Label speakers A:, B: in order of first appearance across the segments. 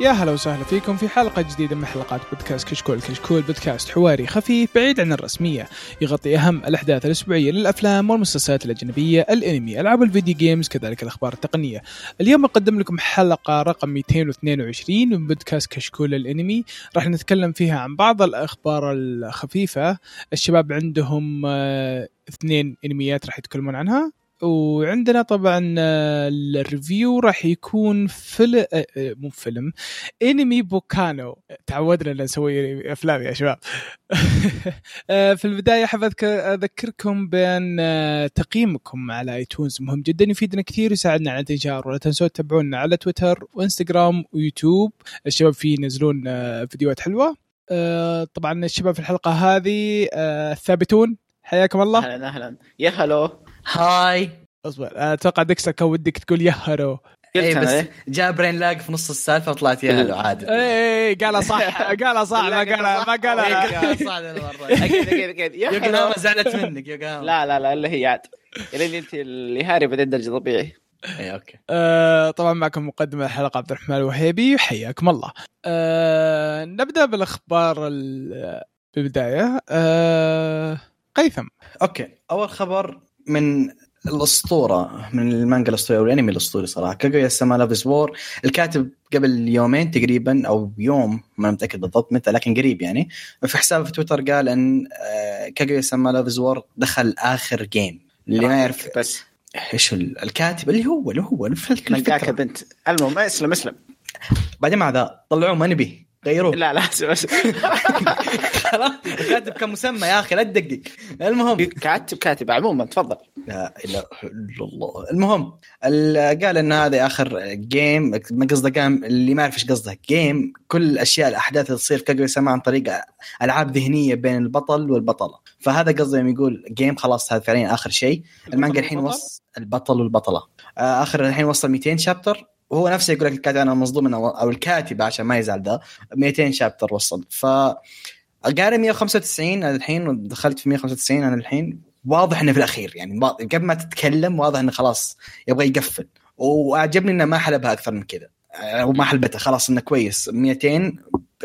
A: يا هلا وسهلا فيكم في حلقة جديدة من حلقات بودكاست كشكول كشكول بودكاست حواري خفيف بعيد عن الرسمية يغطي أهم الأحداث الأسبوعية للأفلام والمسلسلات الأجنبية الأنمي ألعاب الفيديو جيمز كذلك الأخبار التقنية اليوم نقدم لكم حلقة رقم 222 من بودكاست كشكول الأنمي راح نتكلم فيها عن بعض الأخبار الخفيفة الشباب عندهم آه، اثنين انميات راح يتكلمون عنها وعندنا طبعا آه، الريفيو راح يكون فيلم مو فيلم انمي بوكانو تعودنا ان نسوي افلام يا شباب آه، في البدايه حاب أذك- اذكركم بان آه، تقييمكم على ايتونز مهم جدا يفيدنا كثير ويساعدنا على الانتشار ولا تنسوا تتابعونا على تويتر وانستغرام ويوتيوب الشباب فيه ينزلون آه، فيديوهات حلوه آه، طبعا الشباب في الحلقه هذه آه، ثابتون حياكم الله
B: اهلا اهلا يا هلو قلت
C: هاي
A: اصبر آه، اتوقع دكسة كان ودك تقول يا هرو
C: اي
B: انا
C: بس
B: إيه.
C: جاب برين لاج في نص السالفه وطلعت يا هلا عادي
A: اي قالها صح قالها صح ما قالها ما
C: إيه،
A: قالها
B: اكيد اكيد اكيد يا هلو
C: يوكوهاما زعلت منك يوكوهاما
B: لا لا لا اللي هي عاد اللي اللي انت اللي هاري بعدين درجه طبيعي
C: اي اوكي
A: آه، طبعا معكم مقدم الحلقه عبد الرحمن الوهيبي حياكم الله. آه، نبدا بالاخبار ال- بالبدايه آه، قيثم
C: اوكي اول خبر من الاسطوره من المانجا الاسطوري او الانمي الاسطوري صراحه كاغويا سما لافز وور الكاتب قبل يومين تقريبا او يوم ما أنا متاكد بالضبط متى لكن قريب يعني في حسابه في تويتر قال ان آه، كاغويا سما لافز وور دخل اخر جيم اللي ما يعرف
B: بس
C: ايش ال- الكاتب اللي هو اللي هو الفكرة.
B: ملقاك يا بنت المهم اسلم اسلم
C: بعدين مع ذا طلعوه ما نبي غيروه
B: لا لا اسلم اسلم
C: خلاص الكاتب كان مسمى يا اخي لا تدقق المهم
B: كاتب كاتب عموما تفضل
C: لا اله الا الله المهم ال- قال ان هذا اخر جيم ما قصده جيم اللي ما يعرف ايش قصده جيم كل الاشياء الاحداث اللي تصير في كاغويا سما عن طريق العاب ذهنيه بين البطل والبطله فهذا قصده يوم يقول جيم خلاص هذا فعليا اخر شيء المانجا الحين
A: والبطل؟
C: وصل البطل والبطله آه، اخر الحين وصل 200 شابتر وهو نفسه يقول لك الكاتب انا مصدوم إنه- او الكاتب عشان ما يزعل ذا 200 شابتر وصل ف قاري 195 انا الحين ودخلت في 195 انا الحين واضح انه في الاخير يعني وا- قبل ما تتكلم واضح انه خلاص يبغى يقفل واعجبني انه ما حلبها اكثر من كذا آه، وما حلبتها خلاص انه كويس 200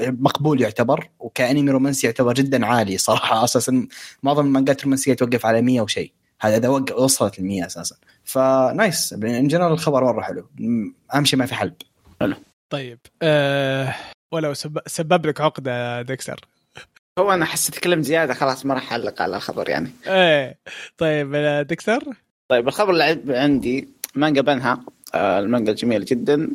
C: مقبول يعتبر وكانمي رومانسي يعتبر جدا عالي صراحه اساسا معظم المانجات الرومانسيه توقف على 100 وشيء هذا اذا وق- وصلت ل 100 اساسا فنايس ان جنرال الخبر مره حلو م- اهم شيء ما في حلب
A: طيب آه، ولو سب- سبب لك عقده دكسر
B: هو انا حسيت تكلم زياده خلاص ما راح اعلق على الخبر يعني
A: ايه طيب آه، دكسر
B: طيب الخبر اللي عن- عندي مانجا بنها آه، المانجا الجميلة جدا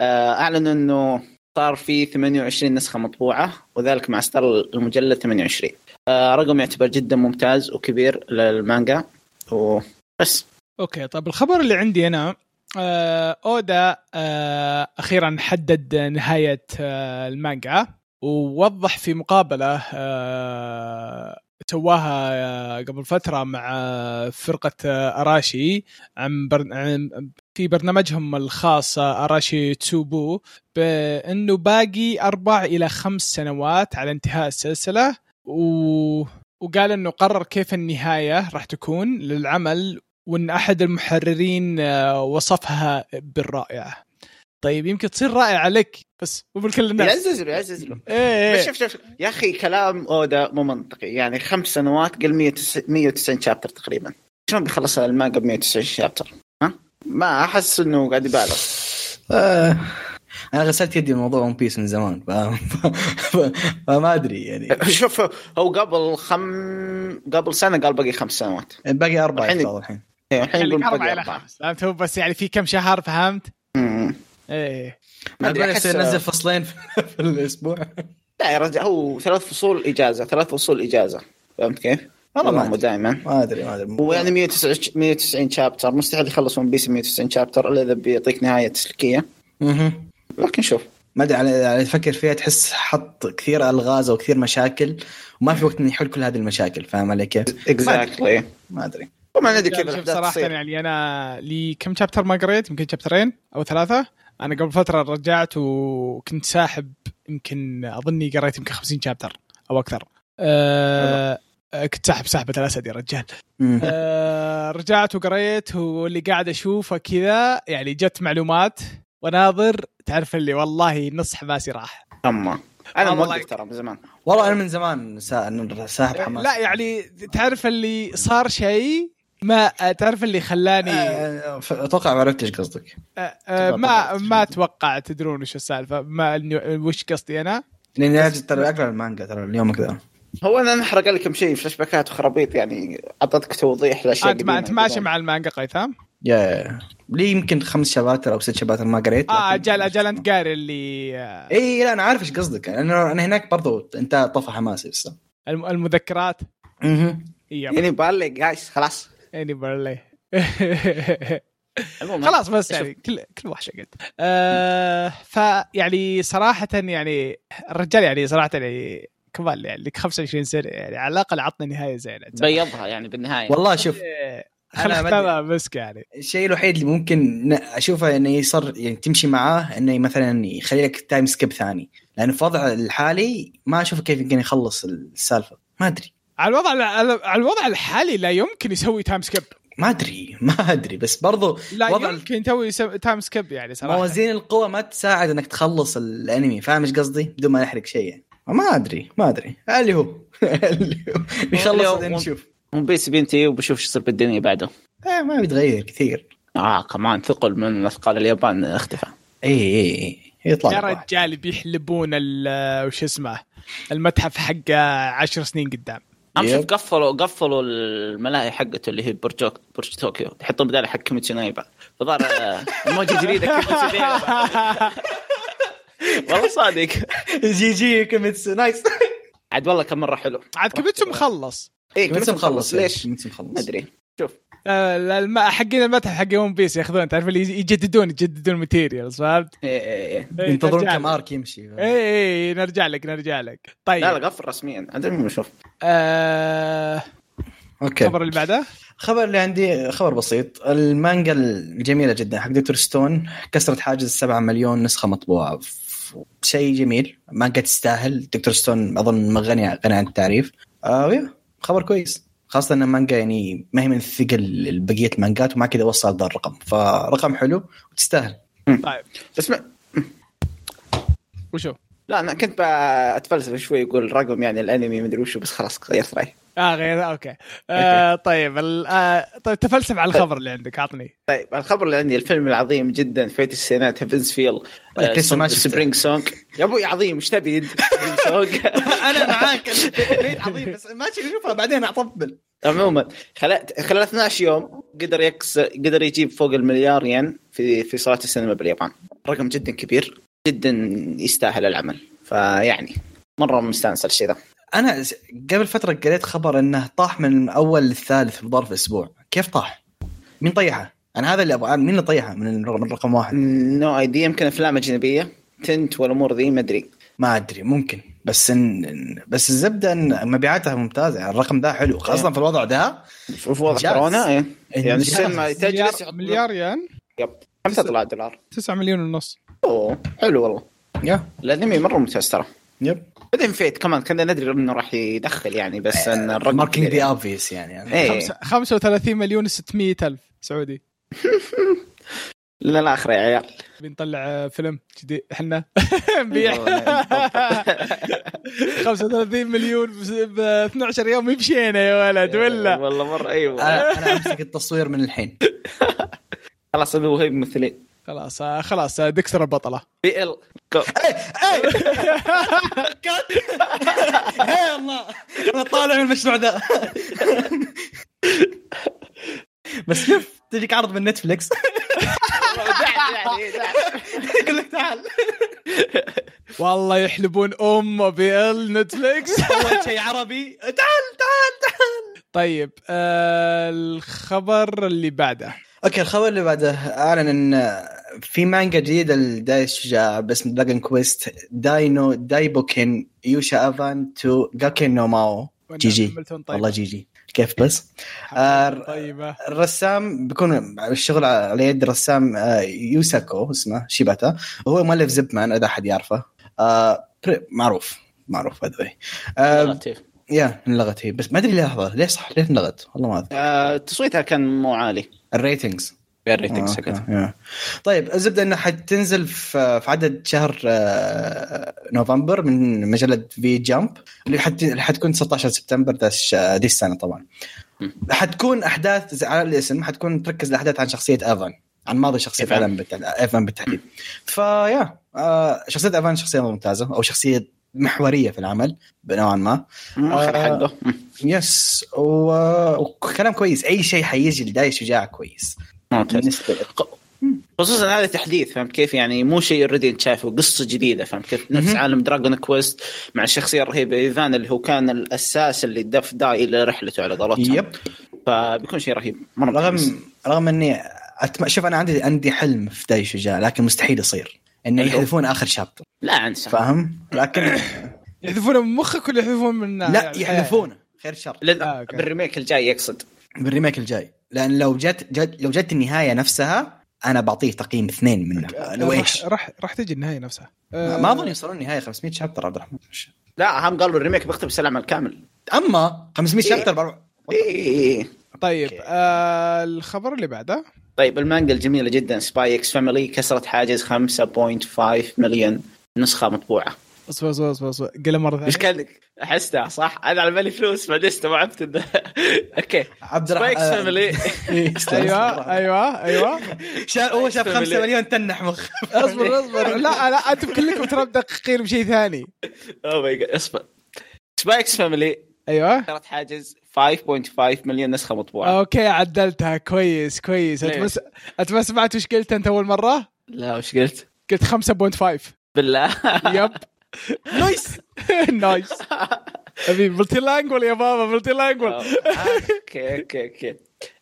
B: آه، اعلنوا انه صار في 28 نسخة مطبوعة وذلك مع اصدار المجلد 28 آه، رقم يعتبر جدا ممتاز وكبير للمانجا وبس
A: اوكي طيب الخبر اللي عندي انا آه، اودا آه، اخيرا حدد نهايه آه، المانجا ووضح في مقابله آه، سواها آه، قبل فتره مع آه، فرقه آه، اراشي عن برن... عن... في برنامجهم الخاص آه، اراشي تسوبو بانه باقي اربع الى خمس سنوات على انتهاء السلسله و... وقال انه قرر كيف النهايه راح تكون للعمل وان احد المحررين آه، وصفها بالرائعه طيب يمكن تصير رائعه لك بس مو بالكل الناس
B: يعزز له يعزز له
A: إيه،
B: بس
A: إيه.
B: شوف شوف يا اخي كلام اودا مو منطقي يعني خمس سنوات قل 190 190 شابتر تقريبا شلون بيخلص المانجا ب 190 شابتر؟ ها؟ ما احس انه قاعد يبالغ
C: آه، انا غسلت يدي من موضوع ون بيس من زمان ف... ف... ف... فما ادري يعني
B: شوف هو قبل خم قبل سنه قال باقي خمس سنوات
C: باقي اربعه
B: الحين-
C: يفترض الحين
B: إيه، الحين
A: خليك
B: يقول
A: أربعة
B: باقي
A: إلى
B: اربعه
A: خمس فهمت هو بس يعني في كم شهر فهمت؟
B: أمم.
A: ايه
B: ما
C: ما
B: أدري،
C: اقول
B: أحس- آه.
C: يصير نزل فصلين في في الاسبوع
B: لا يا رجل هو ثلاث فصول اجازه ثلاث فصول اجازه فهمت كيف؟
C: والله ما
B: هم
C: أدري.
B: دائما
C: ما ادري ما ادري
B: ويعني 190 190 شابتر مستحيل يخلص ون بيس 190 شابتر الا اذا بيعطيك نهايه تسليكيه
C: مهم.
B: لكن شوف
C: ما ادري على على تفكر فيها تحس حط كثير الغاز او كثير مشاكل وما في وقت انه يحل كل هذه المشاكل فاهم علي كيف؟
B: اكزاكتلي
C: ما ادري
B: وما ندري كيف
A: شوف
B: الاحداث
A: صراحه
B: تصير
A: يعني انا لي كم شابتر ما قريت يمكن شابترين او ثلاثه انا قبل فتره رجعت وكنت ساحب يمكن اظني قريت يمكن 50 شابتر او اكثر أه آه، كنت ساحب سحبه الاسد يا رجال
C: مم.
A: آه، رجعت وقريت واللي قاعد اشوفه كذا يعني جت معلومات وناظر تعرف اللي والله نص حماسي راح
B: اما انا
A: والله
B: موقف
A: يك-
B: ترى من زمان
C: والله انا من زمان سا- ساحب حماس
A: لا يعني تعرف اللي صار شيء ما تعرف اللي خلاني
C: آه، ف- اتوقع ما عرفت ايش قصدك
A: آه، آه، ما ما اتوقع تدرون وش السالفه ما إني- وش قصدي انا
C: لاني أعرف ترى اقرا المانجا ترى اليوم كذا
B: هو انا نحرق لكم شيء في شبكات وخرابيط يعني اعطتك توضيح لاشياء
A: انت ما انت
B: قديمة.
A: ماشي مع المانجا قيثم
C: يا- يا لي يمكن خمس شباتر او ست شباتر ما قريت
A: اه
C: لكن-
A: اجل اجل انت قاري اللي آه،
C: اي لا انا عارف ايش قصدك انا انا هناك برضو انت طفى حماسي لسه
A: الم- المذكرات
C: مهم.
A: يب
B: يعني بالي جايز خلاص
A: اني برلي
B: عموما
A: خلاص بس
B: شوف.
A: يعني كل كل وحشه قد آه فيعني صراحه يعني الرجال يعني صراحه يعني كمان يعني لك 25 سنه يعني على الاقل عطنا نهايه زينه
B: بيضها يعني بالنهايه
C: والله شوف
A: إيه،
C: أنا
A: خل ختمها مسك يعني
C: الشيء الوحيد اللي ممكن ن- اشوفه انه يصر يعني تمشي معاه انه مثلا يخلي لك تايم سكيب ثاني لانه في وضعه الحالي ما اشوف كيف يمكن يخلص السالفه ما ادري
A: على الوضع على على الوضع الحالي لا يمكن يسوي تايم سكيب
C: ما ادري ما ادري بس برضو
A: لا
C: وضع-
A: يمكن يسوي تايم سكيب يعني صراحه
C: موازين القوى ما تساعد انك تخلص الانمي فاهم ايش قصدي بدون ما نحرق شيء يعني ما ادري ما ادري اللي هو اللي هو
B: اللي هو.
C: بيخلص بعدين نشوف
B: ون بيس بنتي وبشوف شو يصير بالدنيا بعده
C: آه ما بيتغير كثير
B: اه كمان ثقل من اثقال اليابان اختفى
C: اي اي اي إيه، يطلع
A: يا
C: الواحد.
A: رجال بيحلبون ال- وش اسمه المتحف حقه عشر سنين قدام
B: اهم شيء
C: يب.
B: قفلوا قفلوا الملاهي حقته اللي هي برج برج طوكيو يحطون بداله حق كيميتسو نايبا فظهر آه، الموجه الجديده كيميتسو نايبا والله صادق
C: جي جي كيميتسو نايس
B: عاد والله كم مره حلو
A: عاد كبتسو مخلص
B: اي
C: كيميتسو مخلص
B: ليش؟
C: كيميتسو مخلص
B: ما ادري
A: آه، لا، الم- حقين المتحف حق ون بيس ياخذون تعرف اللي يج- يجددون يجددون ماتيريالز فهمت؟
C: طيب.
B: إيه، إيه، إيه.
A: إيه،
C: ينتظرون
A: نرجع
C: كم
A: لك.
C: ارك يمشي
A: اي اي نرجع لك نرجع لك
B: لا
A: طيب
B: لا قفل رسميا عاد المهم نشوف
A: آه،
C: اوكي
A: الخبر اللي بعده
C: خبر اللي عندي خبر بسيط المانجا الجميله جدا حق دكتور ستون كسرت حاجز 7 مليون نسخه مطبوعه ف- شيء جميل مانجا تستاهل دكتور ستون اظن غني غني عن التعريف آه ويا، خبر كويس خاصة ان المانجا يعني ما هي من الثقل بقية المانجات ومع كذا وصل ذا الرقم فرقم حلو وتستاهل
A: طيب
B: بس ما-
A: وشو؟
B: لا انا كنت بتفلسف شوي يقول رقم يعني الانمي مدري وشو بس خلاص غيرت رايي
A: اه غير اوكي آه، طيب ال- آه، طيب تفلسف على الخبر اللي عندك اعطني
B: طيب الخبر اللي عندي الفيلم العظيم جدا في بداية السينات آه، هيفنز فيل
C: طيب، لسه ما شفته.
B: سبرينج سونج يا ابوي عظيم ايش تبي انت سبرينج سونج
C: انا معاك عظيم بس ماشي نشوفها بعدين اطبل
B: عموما خلال خلال 12 يوم قدر يكس قدر يجيب فوق المليار ين في في صالات السينما باليابان رقم جدا كبير جدا يستاهل العمل فيعني مره مستانس الشيء ذا
C: انا س- قبل فتره قريت خبر انه طاح من اول للثالث بظرف اسبوع كيف طاح مين طيحه انا هذا اللي ابغى مين اللي طيحه من الرقم, من رقم واحد
B: نو ايديا يمكن افلام اجنبيه تنت والامور ذي ما ادري
C: ما ادري ممكن بس إن إن- بس الزبده ان مبيعاتها ممتازه يعني الرقم ده حلو خاصه في الوضع ده
B: شوف وضع
C: إنجاز.
B: كورونا إيه. يعني
C: إنجاز.
B: السينما
A: مليار,
B: تجلس يحط-
A: مليار ين
B: يب. كم تطلع دولار
A: 9 مليون ونص
B: اوه حلو والله
C: يا
B: الانمي مره ممتاز ترى
C: يب
B: بعدين فيت كمان كنا ندري انه راح يدخل يعني بس ان الرقم
C: ماركينج
B: كبير
C: ذا
B: يعني.
C: اوبفيس يعني, يعني.
B: إيه.
A: آه، خمسة- 35 مليون و600 الف سعودي
B: لا لا اخر يا عيال
A: بنطلع آه، فيلم جديد احنا نبيع
B: والله.
A: 35 مليون ب 12 يوم مشينا يا ولد ولا
B: والله مره
A: آه.
B: ايوه
C: انا انا امسك التصوير من الحين
B: خلاص ابي وهيب ممثلين
A: خلاص آه، خلاص آه، دكتور البطله
B: بي ال
C: يا الله انا طالع من المشروع ده بس كيف تجيك عرض من نتفلكس يقول لك تعال
A: والله يحلبون امه بال نتفليكس
C: اول شيء عربي تعال تعال تعال
A: طيب آه، الخبر اللي بعده
C: اوكي الخبر اللي بعده اعلن ان في مانجا جديده لداي الشجاع باسم دراجون كويست داينو دايبوكن يوشا افان تو جاكن نو ماو جي جي
A: والله
C: والله جي جي كيف بس آه،
A: طيبه
C: الرسام بيكون الشغل على يد رسام آه، يوساكو اسمه شيباتا وهو مؤلف زبمان اذا احد يعرفه آه، بري- معروف معروف باي ذا يا آه، انلغت هي بس ما ادري ليه لحظه ليه صح ليه انلغت والله ما ادري
B: تصويتها آه، كان مو عالي آه،
C: الريتنجز
B: الريتنج حقتها
C: Oh, yeah. طيب الزبده انها حتنزل في في عدد شهر آه، نوفمبر من مجله في جامب اللي حت... اللي حتكون 19 سبتمبر ذا الش- دي السنه طبعا
B: مم.
C: حتكون احداث زي- على الاسم حتكون تركز الاحداث عن شخصيه ايفان عن ماضي شخصيه
B: إيفان.
C: ايفان بالت- ايفان بالتحديد فيا آه، شخصيه ايفان شخصيه ممتازه او شخصيه محوريه في العمل نوعا ما
B: اخر
C: آه.
B: حقه
C: يس و- وكلام كويس اي شيء حيجي لداي شجاع كويس
B: ممتاز
C: بالنسبه لي
B: خصوصا يعني. هذا تحديث فهمت كيف يعني مو شيء اوريدي انت شايفه قصه جديده فهمت كيف نفس
C: مهم.
B: عالم دراجون كويست مع الشخصيه الرهيبه ايفان اللي هو كان الاساس اللي دف داي لرحلته على قولتهم
C: يب
B: فبيكون شيء رهيب مره ممتاز.
C: رغم رغم اني أتم... شوف انا عندي عندي حلم في داي شجاع لكن مستحيل يصير انه
B: أيوه.
C: يحذفون اخر شابتر
B: لا انسى
C: فاهم لكن
A: يحذفونه من مخك ولا يحذفونه من يعني
C: لا يحذفونه خير شر
B: لل-
A: آه، أوكي.
B: بالريميك الجاي يقصد
C: بالريميك الجاي لان لو جت جت لو جت النهايه نفسها انا بعطيه تقييم اثنين من لو ايش
A: إيه. راح راح, راح تجي النهايه نفسها آه،
C: ما اظن يوصلون النهايه 500 شابتر عبد الرحمن
B: لا هم قالوا الريميك بيختم السلام الكامل
C: اما 500
B: إيه.
C: شابتر بأربع-
B: إي إي إي.
A: طيب
C: أوكي.
A: آه الخبر اللي بعده
B: طيب المانجا الجميله جدا سباي اكس فاميلي كسرت حاجز 5.5 مليون نسخه مطبوعه
A: اصبر اصبر اصبر اصبر قلها مره ثانيه
B: ايش كان لك؟ احسها صح انا على بالي فلوس بعدين استوعبت انه اوكي
C: عبد الرحمن آه،
B: سبايكس فاميلي
A: ايوه ايوه ايوه
C: شا... هو شاف
B: Spikes
C: 5
B: Family.
C: مليون تنح مخ
B: طيب.
A: اصبر اصبر لا لا انتم كلكم ترى مدققين بشيء ثاني
B: اوه ماي جاد اصبر سبايكس فاميلي
A: ايوه
B: كسرت حاجز 5.5 مليون نسخه مطبوعه
A: اوكي عدلتها كويس كويس انت
B: ليه؟
A: بس انت ما سمعت وش قلت انت اول مره؟
B: لا وش قلت؟
A: قلت 5.5
B: بالله
A: يب نايس نايس ابي ملتي لانجول يا بابا ملتي لانجول
B: آه، اوكي اوكي اوكي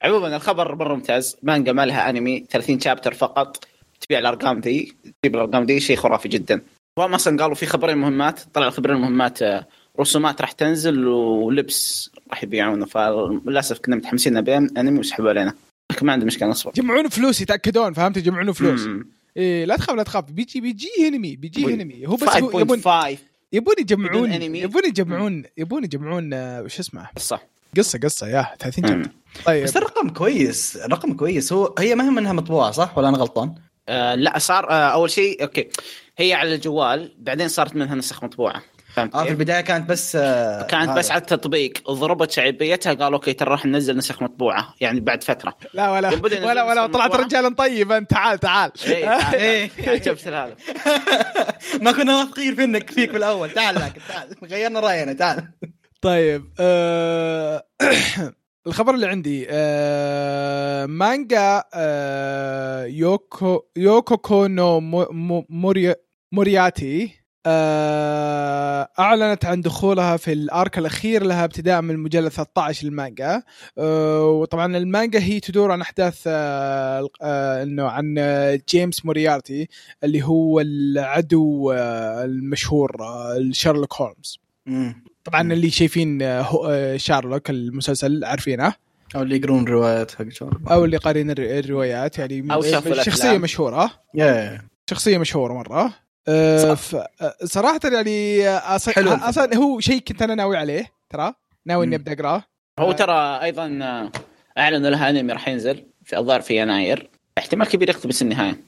B: عموما الخبر مره ممتاز مانجا ما لها انمي 30 شابتر فقط تبيع الارقام ذي تجيب الارقام ذي شيء خرافي جدا وهم اصلا قالوا في خبرين مهمات طلع الخبرين المهمات آه، رسومات راح تنزل ولبس راح يبيعونه فللاسف كنا متحمسين نبيع انمي وسحبوا علينا لكن ما عندي مشكله نصبر
A: يجمعون فلوس يتاكدون فهمت يجمعون فلوس
B: مم.
A: إيه لا تخاف لا تخاف بيجي بيجي انمي بيجي
B: وي.
A: انمي هو بس هو يبون
B: 5.5
A: يبون يجمعون
B: بدون أنمي.
A: يبون يجمعون يبون يجمعون آه، وش اسمه
B: صح
A: قصه قصه يا 30
B: مم.
A: جنب طيب
C: بس الرقم كويس رقم كويس هو هي ما هي منها مطبوعه صح ولا انا غلطان؟
B: آه لا صار آه اول شيء اوكي هي على الجوال بعدين صارت منها نسخ مطبوعه فهمت
C: اه في
B: كيف؟
C: البدايه كانت بس آه،
B: إيه. كانت
C: هذا.
B: بس على التطبيق ضربت شعبيتها قالوا اوكي ترى راح ننزل نسخ مطبوعه يعني بعد فتره
A: لا ولا
B: يبون ينزلون
A: ولا ولا
B: نسخ
A: طلعت
B: مطبوعة.
A: رجال طيب انت تعال تعال
B: ايه
C: إيه.
B: عجبت هذا
C: ما كنا واثقين منك فيك بالاول تعال لكن تعال غيرنا راينا تعال
A: طيب آه الخبر اللي عندي آه مانجا آه يوكو يوكوكو نو مو- مو- موري مورياتي آه اعلنت عن دخولها في الارك الاخير لها ابتداء من المجلد 13 للمانجا آه وطبعا المانجا هي تدور عن احداث آه ال- آه انه عن آه، جيمس موريارتي اللي هو العدو آه المشهور آه شارلوك هولمز طبعا
C: مم.
A: اللي شايفين آه، هو- آه، شارلوك المسلسل عارفينه
C: او اللي يقرون روايات حق
A: او اللي قارين الر- الروايات يعني م-
B: أو شافوا
A: آه، شخصيه
B: الأفلام.
A: مشهوره
C: يا
A: شخصيه مشهوره مره آه، ف- آه، صراحه يعني آه،
C: حلو.
A: اصلا اصلا هو شيء كنت انا ناوي عليه ترى ناوي اني
C: مم.
A: ابدا اقراه
B: هو ترى ايضا آه، اعلنوا لها انمي راح ينزل في الظاهر في يناير احتمال كبير يقتبس النهايه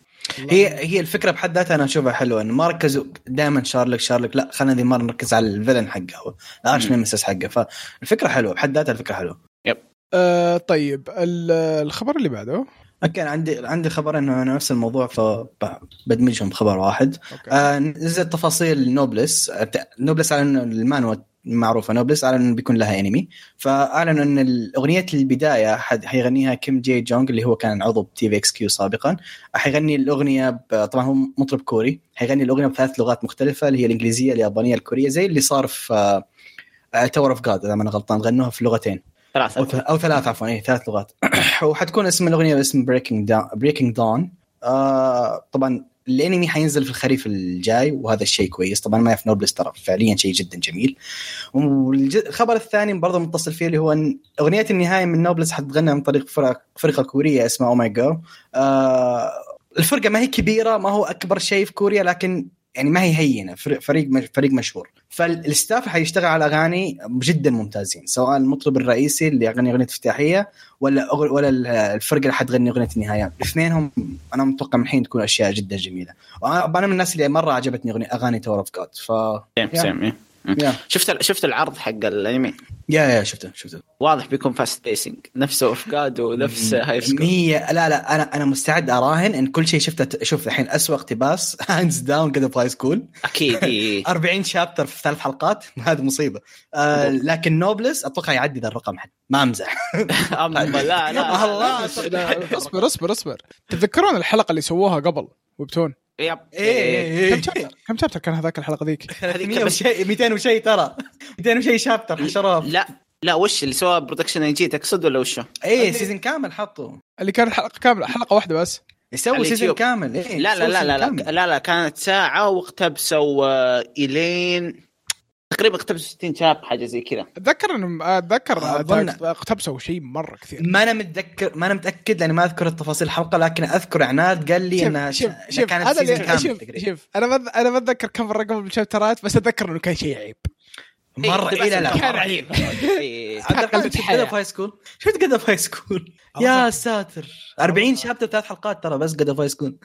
C: هي هي الفكره بحد ذاتها انا اشوفها حلوه انه ما ركزوا دائما شارلك شارلك لا خلينا ذي مره نركز على الفيلن حقه هو الارش
B: مم.
C: نمسس حقه فالفكره حلوه بحد ذاتها الفكره حلوه
A: آه، طيب ال- الخبر اللي بعده
C: اوكي انا عندي عندي خبر انه أنا نفس الموضوع فبدمجهم بخبر واحد
A: أوكي.
C: آه، نزلت تفاصيل نوبلس آه، ت- نوبلس اعلن إنه المانوا معروفه نوبلس اعلن انه بيكون لها انمي فاعلنوا ان ال- اغنيه البدايه حد- حيغنيها كيم جي جونغ اللي هو كان عضو تي في اكس كيو سابقا حيغني الاغنيه ب... طبعا هو مطرب كوري حيغني الاغنيه بثلاث لغات مختلفه اللي هي الانجليزيه اليابانيه الكوريه زي اللي صار في آه، تاور اوف جاد اذا ما انا غلطان غنوها في لغتين او
B: ثلاثه
C: ث- او ثلاث عفوا اي إيه، ثلاث لغات وحتكون اسم الاغنيه باسم بريكنج داون بريكنج داون طبعا الانمي آه، حينزل في الخريف الجاي وهذا الشيء كويس طبعا ما يعرف نوبلس ترى فعليا شيء جدا جميل والخبر الثاني برضه متصل فيه اللي هو ان اغنيه النهايه من نوبلس حتغنى من طريق فرق فرقه كوريه اسمها Oh او ماي جيرل آه، الفرقه ما هي كبيره ما هو اكبر شيء في كوريا لكن يعني ما هي هينه فريق فريق مش- فريق مشهور فالستاف حيشتغل على اغاني جدا ممتازين سواء المطرب الرئيسي اللي يغني اغنيه افتتاحيه ولا أغل ولا الفرقه اللي حتغني اغنيه النهايه الاثنينهم انا متوقع من الحين تكون اشياء جدا جميله وانا من الناس اللي مره عجبتني اغنيه اغاني تور اوف جاد ف
B: سيم
C: يا.
B: سيم إيه.
C: يا.
B: شفت ال- شفت العرض حق الانمي
C: يا يا شفته شفته
B: واضح بيكون فاست بيسنج نفسه اوفكاد ونفس هاي سكول
C: مية لا لا انا انا مستعد اراهن ان كل شيء شفته شوف الحين اسوء اقتباس هاندز داون كذا في هاي سكول
B: اكيد إيه.
C: 40 شابتر في ثلاث حلقات هذه مصيبه آه لكن نوبلس اتوقع يعدي ذا الرقم حتى ما امزح
B: اما لا لا لا
C: الله.
A: لا، اصبر اصبر اصبر تتذكرون الحلقه اللي سووها قبل ويبتون
B: يب إيه،
A: كم
C: إيه.
A: شابتر كم شابتر كان هذاك الحلقه ذيك
C: 300 وشيء 200 وشيء ترى 200 وشيء
B: إيه.
C: شابتر حشرها
B: لا لا وش اللي سواه برودكشن اي جي تقصد ولا وشه؟
C: اي سيزون كامل حطوا
A: اللي كانت حلقه كامله حلقه واحده بس
C: يسوي
B: على
C: سيزون
B: اليوتيوب.
C: كامل إيه
B: لا لا
C: يسوي
B: لا
C: سيزون
B: لا
C: كامل.
B: لا لا لا كانت ساعة واقتبسوا آه، الين تقريبا اقتبسوا 60 شاب حاجة زي كذا
A: اتذكر انهم اتذكر
C: أظن-
A: اقتبسوا شيء مره كثير
C: ما انا متذكر ما انا متاكد لاني ما اذكر التفاصيل الحلقه لكن اذكر عناد قال لي
A: شوف-
C: انها
A: شوف
C: إنها
A: شوف
C: كانت
A: هذا
C: سيزون
A: اللي
C: كامل
A: شوف
C: تقريبا
A: شوف انا ما انا ما اتذكر كم الرقم بالشابترات بس اتذكر انه كان شيء عيب
C: مره
B: إيه،
C: اي لا لا
B: اقتبسوا
A: كان
C: مرة.
A: عيب
B: إيه.
C: عبد الرحمن،
A: قلبت
C: شفت
A: حياة.
C: قدر في هاي سكول شفت قدر في هاي سكول يا ساتر 40 شابتر ثلاث حلقات ترى بس قدر في هاي سكول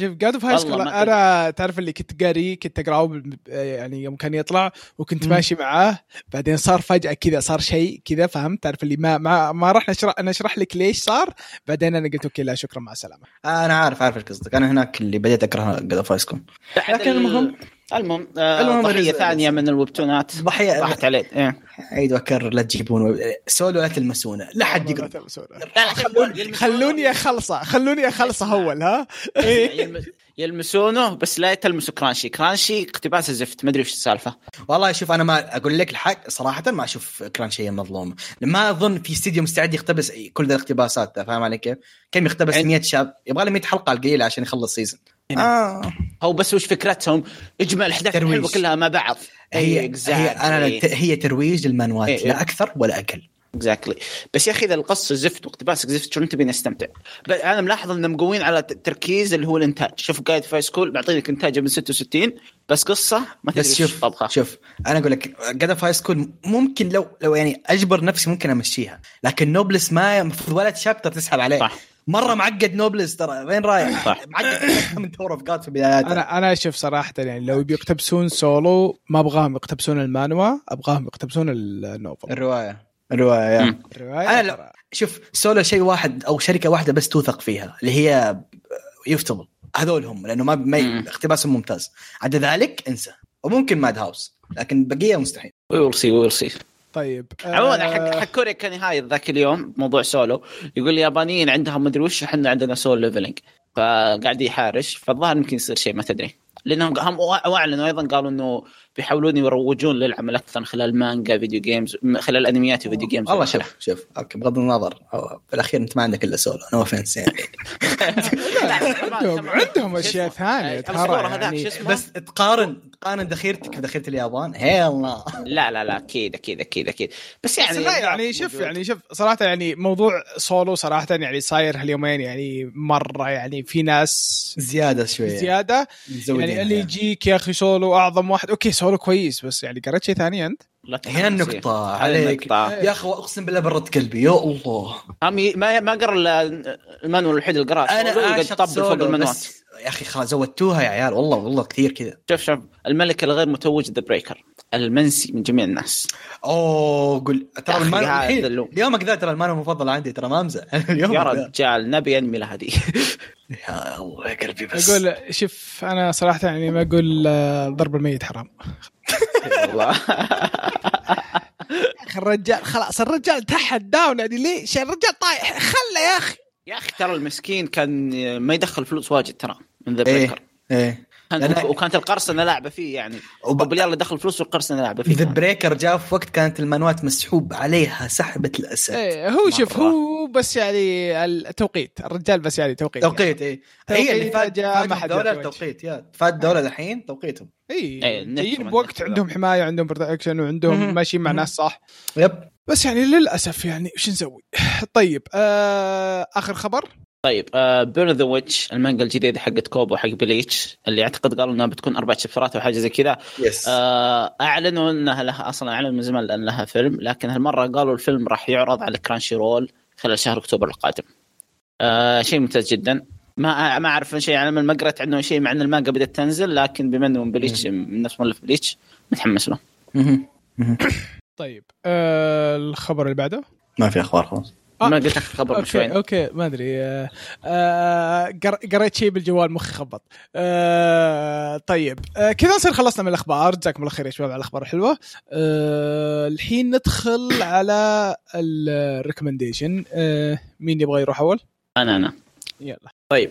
A: شوف قاعد في هاي
B: والله
A: سكول
B: ما
A: انا تعرف اللي كنت قاري كنت اقراه بال- يعني يوم كان يطلع وكنت ماشي معاه بعدين صار فجاه كذا صار شيء كذا فهمت تعرف اللي ما ما, ما راح نشرح انا اشرح لك ليش صار بعدين انا قلت اوكي لا شكرا مع السلامه
C: انا عارف عارف ايش قصدك انا هناك اللي بديت اكره قدر في هاي سكول
B: بعد
C: لكن
B: ال-
C: المهم-
B: المهم آه،
C: المهم
B: ضحية
C: الرز-
B: ثانية من الويبتونات
C: ضحيه
B: راحت عليه إيه.
C: اعيد واكرر لا تجيبون ويب... سولو لا تلمسونه لا حد
A: والله لا
C: يقرب
A: تلمسونا.
B: لا لا خلوني
A: خلوني اخلصه خلوني اخلصه اول ها
B: إيه. يلمسونه بس لا تلمسوا كرانشي كرانشي اقتباس زفت ما ادري وش السالفه
C: والله شوف انا ما اقول لك الحق صراحه ما اشوف كرانشي مظلوم ما اظن في استديو مستعد يقتبس كل ذا الاقتباسات ده، فاهم علي كيف؟ كم يقتبس
B: عند-
C: 100 شاب يبغى له 100 حلقه على القليله عشان يخلص سيزون آه.
B: هو بس وش فكرتهم اجمع الاحداث
C: ترويج.
B: الحلوه كلها مع بعض
C: هي هي انا هي ترويج للمانوات
B: إيه، إيه.
C: لا اكثر ولا اقل
B: اكزاكتلي بس يا اخي اذا القص زفت واقتباسك زفت شلون تبيني استمتع؟ ب- انا ملاحظ انهم مقوين على ت- تركيز اللي هو الانتاج، شوف قايد فاي سكول بعطيك انتاجه من 66 بس قصه ما تدري
C: بس
B: وش
C: شوف
B: طبخه
C: شوف انا اقول لك قدر هاي سكول ممكن لو لو يعني اجبر نفسي ممكن امشيها لكن نوبلس ما المفروض ولا شابتر تسحب عليه
B: صح.
C: مره معقد نوبلس ترى وين رايح؟
B: صح.
C: معقد من تور اوف جاد في بداياته
A: انا انا اشوف صراحه يعني لو بيقتبسون سولو ما ابغاهم يقتبسون المانوا ابغاهم يقتبسون النوفل
C: الروايه الروايه يا.
B: مم.
A: الرواية
C: أنا لو-
A: ترى-
C: شوف سولو شيء واحد او شركه واحده بس توثق فيها اللي هي يفتضل هذول هم لانه ما, ما
B: مم.
C: اقتباسهم ممتاز عدا ذلك انسى وممكن ماد هاوس لكن بقيه مستحيل
B: ويل سي ويل سي
A: طيب
B: عموما
A: آه،
B: حق حق كوريا كان هاي ذاك اليوم موضوع سولو يقول اليابانيين عندهم مدري وش احنا عندنا سولو ليفلنج فقاعد يحارش فالظاهر يمكن يصير شيء ما تدري لانهم هم واعلنوا ايضا قالوا انه بيحاولون يروجون للعمل اكثر خلال مانجا فيديو جيمز م- خلال انميات وفيديو جيمز
C: والله شوف شوف اوكي بغض النظر أو في الاخير انت ما عندك الا سولو نو اوفنس يعني
A: عندهم عندهم اشياء ثانيه ترى
B: الأسطورة هذاك شو
A: يعني
B: اسمه؟
C: بس تقارن تقارن ذخيرتك بذخيره اليابان هيلا
B: لا لا لا اكيد اكيد اكيد اكيد بس
A: يعني
B: يعني
A: لا يعني شوف يعني شوف صراحه يعني موضوع سولو صراحه يعني صاير هاليومين يعني مره يعني في ناس
C: زياده شويه
A: زياده يعني اللي يجيك يا اخي سولو اعظم واحد اوكي سولو كويس بس يعني قريت شيء ثاني انت
B: لا تحمس
C: هنا
B: فيه.
C: النقطة
B: هذه
C: عليك
B: النقطة.
C: يا اخي اقسم بالله برد قلبي يا الله
B: هم ي- ما ما قرا إلا المانوال الوحيد اللي قراه سولو
C: انا
B: وقد
C: اعشق
B: طبل فوق
C: سولو
B: المانوات
C: بس يا اخي خلاص زودتوها يا عيال والله والله كثير كذا
B: شوف شوف الملك الغير متوج ذا بريكر المنسي من جميع الناس
C: اوه قل
B: يا
C: ترى
B: أخي
C: المان
B: هذا
C: الحين
B: اللو-
C: اليومك ذا ترى المان المفضل عندي ترى ما امزح اليوم
B: يا
C: يا
B: رجال نبي انمي لهذه
C: الله يا قلبي بس
A: اقول شوف انا صراحه يعني ما اقول آه، ضرب الميت حرام
B: والله.
A: يا اخي الرجال خلاص الرجال تحت داون يعني ليش الرجال طايح خله يا اخي
B: يا اخي ترى المسكين كان ما يدخل فلوس واجد ترى من ذا
C: ايه
B: بريكر
C: ايه
B: كان
C: لأن-
B: وكانت القرصنه لاعبه فيه يعني
C: وب-
B: وب... اللي دخل فلوس والقرصنه لاعبه فيه
C: ذا
B: كان.
C: بريكر جاء في وقت كانت المانوات مسحوب عليها سحبة الاسد
A: ايه هو شوف
B: مرة.
A: هو بس يعني التوقيت الرجال بس يعني توقيت
C: توقيت ايه هي اللي
A: توقيت
C: فات
A: جاء
C: فات
A: ما حد
C: دولار
A: يتوجه.
C: توقيت يا فات دولار الحين توقيتهم
A: اي
B: إيه، النت
A: جايين
B: وما
A: بوقت
B: النت.
A: عندهم حمايه عندهم برودكشن
C: مهم.
A: وعندهم ماشيين مع
C: مهم.
A: ناس صح
C: يب
A: بس يعني للاسف يعني وش نسوي؟ طيب آه اخر خبر
B: طيب آه بيرن ذا ويتش المانجا الجديده حقت كوبو حق بليتش اللي اعتقد قالوا انها بتكون اربع شابترات او حاجه زي كذا
C: يس
B: آه اعلنوا انها لها اصلا اعلنوا من زمان لان لها فيلم لكن هالمره قالوا الفيلم راح يعرض على كرانشي رول خلال شهر اكتوبر القادم. آه شيء ممتاز جدا ما ما اعرف شيء عن من ما قرأت عنه شيء مع ان المانجا بدات تنزل لكن بما انه من بليتش من نفس مؤلف بليتش متحمس له.
C: مهم. مهم.
A: طيب آه الخبر اللي بعده
C: ما في اخبار خلاص
A: آه.
B: ما قلت اخر خبر من شوي
A: اوكي اوكي ما ادري آه، آه، قر- قريت شيء بالجوال مخي خبط آه، طيب آه، كذا نصير خلصنا من الاخبار جزاكم الله خير يا شباب على الاخبار الحلوه آه، الحين ندخل على الريكومنديشن آه، مين يبغى يروح اول؟
B: انا انا
A: يلا
B: طيب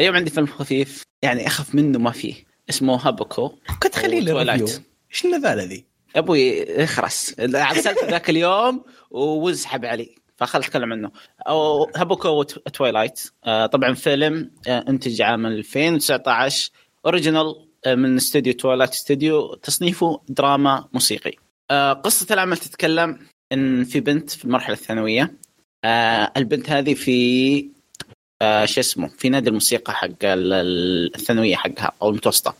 B: اليوم عندي فيلم خفيف يعني اخف منه ما فيه اسمه هابكو
C: كنت خليه لي
B: Twilight.
C: ريفيو. ايش النذاله ذي؟
B: يا ابوي اخرس ارسلته ذاك اليوم وسحب علي فخل اتكلم عنه او هابوكو تويلايت طبعا فيلم آه، انتج عام 2019 اوريجينال آه، من استوديو تويلايت استوديو تصنيفه دراما موسيقي آه، قصه العمل تتكلم ان في بنت في المرحله الثانويه آه، البنت هذه في آه، شو اسمه في نادي الموسيقى حق ال- ال- الثانويه حقها او المتوسطه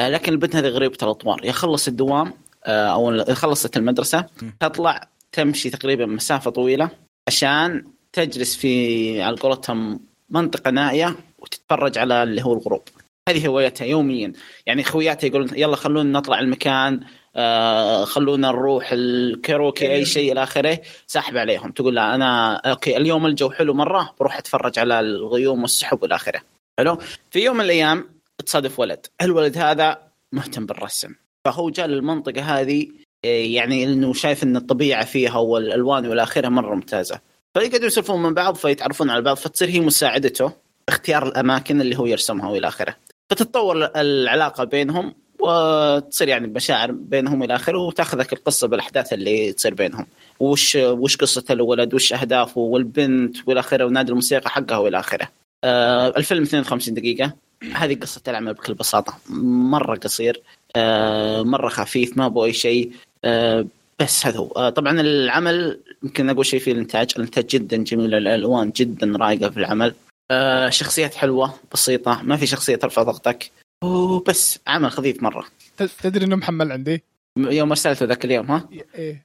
B: آه، لكن البنت هذه غريبه الاطوار يخلص الدوام آه، او خلصت المدرسه
C: م.
B: تطلع تمشي تقريبا مسافه طويله عشان تجلس في على قولتهم منطقه نائيه وتتفرج على اللي هو الغروب هذه هوايتها يوميا يعني خوياتها يقولون يلا خلونا نطلع المكان آه خلونا نروح الكاروكي اي شيء الى اخره ساحب عليهم تقول لا انا اوكي اليوم الجو حلو مره بروح اتفرج على الغيوم والسحب والى اخره حلو في يوم من الايام تصادف ولد الولد هذا مهتم بالرسم فهو جاء للمنطقه هذه إيه، يعني انه شايف ان الطبيعه فيها والالوان والى اخره مره ممتازه فيقعدوا يسولفون من بعض فيتعرفون على بعض فتصير هي مساعدته اختيار الاماكن اللي هو يرسمها والى اخره فتتطور العلاقه بينهم وتصير يعني مشاعر بينهم الى اخره وتاخذك القصه بالاحداث اللي تصير بينهم وش وش قصه الولد وش اهدافه والبنت والى اخره ونادي الموسيقى حقها والى اخره آه الفيلم 52 دقيقه هذه قصه العمل بكل بساطه مره قصير آه، مره خفيف ما ابغى اي شيء آه، بس هذا هو آه، طبعا العمل يمكن اقول شيء في الانتاج الانتاج جدا جميل الالوان جدا رايقه في العمل آه، شخصيات حلوه بسيطه ما في شخصيه ترفع ضغطك وبس عمل خفيف مره
A: ت- تدري انه محمل عندي؟
B: م- يوم ارسلته ذاك اليوم ها
A: ايه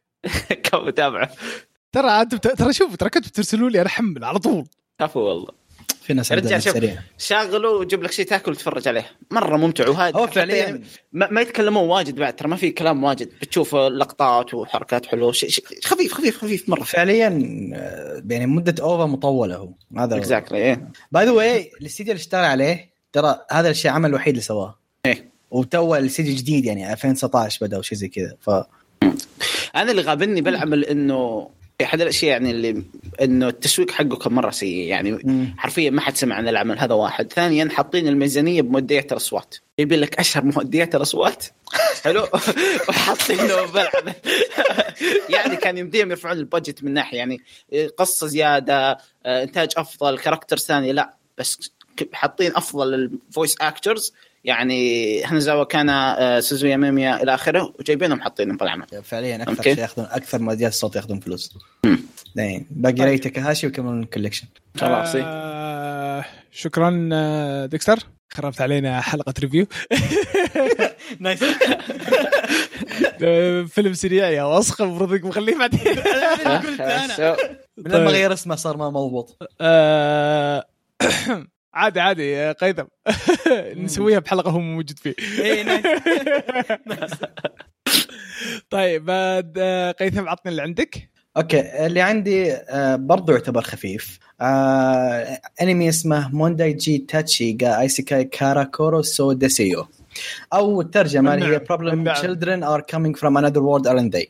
B: كم متابعه
A: ترى عاد بت- ترى شوف ترى كنت بترسلوا لي انا احمل على طول
B: عفو والله
C: في ناس
B: رجع
C: عندها
B: شوف.
C: سريع
B: شغله وجيب لك شيء تاكل وتتفرج عليه مره ممتع وهذا
C: هو
B: حتى يعني
C: فعليا
B: ما, ما يتكلمون واجد بعد ترى ما في كلام واجد بتشوف لقطات وحركات حلوه شيء شيء خفيف خفيف خفيف مره
C: فعليا آه، يعني مده اوفا مطوله هو هذا هو.
B: اكزاكتلي ايه
C: باي ذا واي الاستديو اللي اشتغل عليه ترى هذا الشيء عمل الوحيد اللي سواه
B: إيه.
C: وتو الاستديو جديد يعني 2019 بدا وشيء زي كذا ف
B: انا اللي غابني بالعمل انه احد الاشياء يعني اللي انه التسويق حقه كان مره سيء يعني حرفيا ما حد سمع عن العمل هذا واحد ثانيا حاطين الميزانيه بمؤديات الاصوات يبي لك اشهر مؤديات الاصوات حلو وحاطينه بالعمل يعني كان يمديهم يرفعون البادجت من ناحيه يعني قصه زياده آه، انتاج افضل كاركتر ثاني لا بس ك- حاطين افضل الفويس اكترز يعني هنزاوا كان آه، سوزويا ميميا الى اخره وجايبينهم حاطينهم بالعمل
C: فعليا اكثر
B: أوكي.
C: شيء ياخذون اكثر مؤديات الصوت ياخذون فلوس دين باقي ري تاكاهاشي وكمان الكوليكشن
B: خلاص إيه.
A: آه شكرا آه، ديكستر خربت علينا حلقه ريفيو
C: نايس
A: آه، فيلم سريع يا وسخ المفروض إنك مخليه بعدين
C: أه؟
B: So-
C: من لما
A: طيب.
C: غير اسمه صار ما مضبوط
A: آه، عادي عادي يا قيثم نسويها بحلقه هو مو موجود فيه
C: إيه، نايس.
A: طيب بعد آه، قيثم عطني اللي عندك
C: اوكي اللي عندي آه، برضو يعتبر خفيف آه، انمي اسمه مونداي جي تاتشي جا ايسيكاي كاراكورو سو ديسيو او الترجمه اللي هي
A: نعم،
C: problem
A: نعم.
C: children are coming from another world aren't they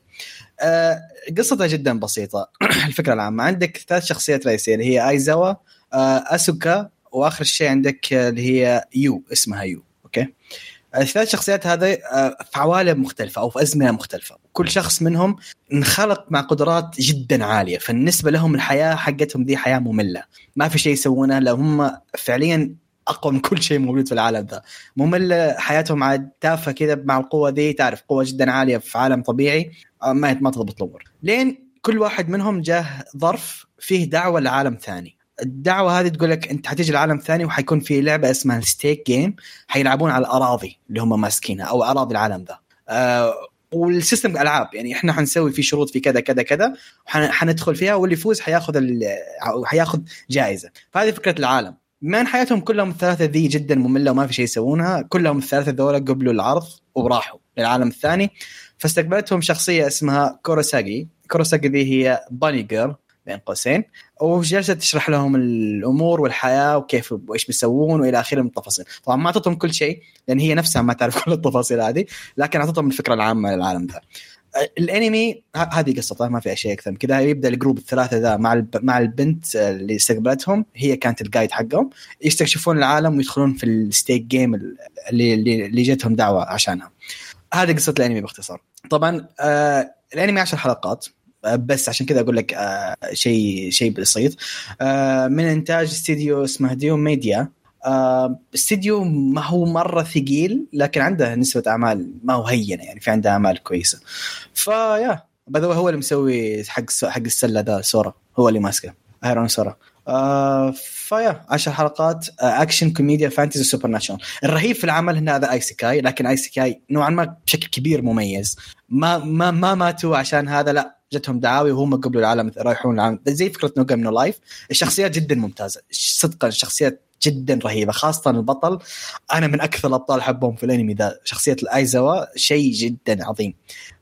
C: آه، قصتها جدا بسيطه الفكره العامه عندك ثلاث شخصيات رئيسيه اللي هي ايزاوا آه، اسوكا واخر شيء عندك آه، اللي هي يو اسمها يو اوكي الثلاث شخصيات هذه آه، في عوالم مختلفه او في ازمنه مختلفه كل شخص منهم انخلق مع قدرات جدا عاليه فبالنسبه لهم الحياه حقتهم دي حياه ممله ما في شيء يسوونه لو هم فعليا اقوى من كل شيء موجود في العالم ذا ممله حياتهم عاد تافهه كذا مع القوه دي تعرف قوه جدا عاليه في عالم طبيعي آه، ما ما تضبط الامور لين كل واحد منهم جاه ظرف فيه دعوه لعالم ثاني الدعوه هذه تقول لك انت حتيجي لعالم ثاني وحيكون في لعبه اسمها ستيك جيم حيلعبون على الاراضي اللي هم ماسكينها او اراضي العالم ذا آه والسيستم العاب يعني احنا حنسوي فيه شروط في كذا كذا كذا وحن- حندخل فيها واللي يفوز حياخذ ال- أو حياخذ جائزه فهذه فكره العالم من حياتهم كلهم الثلاثه ذي جدا ممله وما في شيء يسوونها كلهم الثلاثه ذولا قبلوا العرض وراحوا للعالم الثاني فاستقبلتهم شخصيه اسمها كوروساجي كوروساجي ذي هي باني جير بين قوسين وجالسه تشرح لهم الامور والحياه وكيف وايش بيسوون والى اخره من التفاصيل طبعا ما اعطتهم كل شيء لان هي نفسها ما تعرف كل التفاصيل هذه لكن اعطتهم الفكره العامه للعالم ذا آه، الانمي ه- هذه قصته ما في شيء اكثر من كذا يبدا الجروب الثلاثه ذا مع الب... مع البنت آه، اللي استقبلتهم هي كانت الجايد حقهم يستكشفون العالم ويدخلون في الستيك جيم اللي اللي, اللي جتهم دعوه عشانها هذه قصه الانمي باختصار طبعا آه الانمي 10 حلقات آه، بس عشان كذا اقول لك آه، شيء شيء بسيط آه، من انتاج استديو اسمه ديوم ميديا آه، استديو ما هو مره ثقيل لكن عنده نسبه اعمال ما هو هينه يعني في عنده اعمال كويسه فيا باي هو اللي مسوي حق س- حق السله ذا سورا هو اللي ماسكه ايرون سورا آه فيا 10 حلقات آه اكشن كوميديا فانتزي سوبر ناتشونال الرهيب في العمل هنا هذا اي سكاي لكن اي سكاي نوعا ما بشكل كبير مميز ما ما ما ماتوا عشان هذا لا جتهم دعاوي وهم قبلوا العالم رايحون العالم زي فكره نوجا منو لايف الشخصيات جدا ممتازه صدقا الشخصيات جدا رهيبه خاصه البطل انا من اكثر الابطال حبهم في الانمي ذا شخصيه الايزاوا شيء جدا عظيم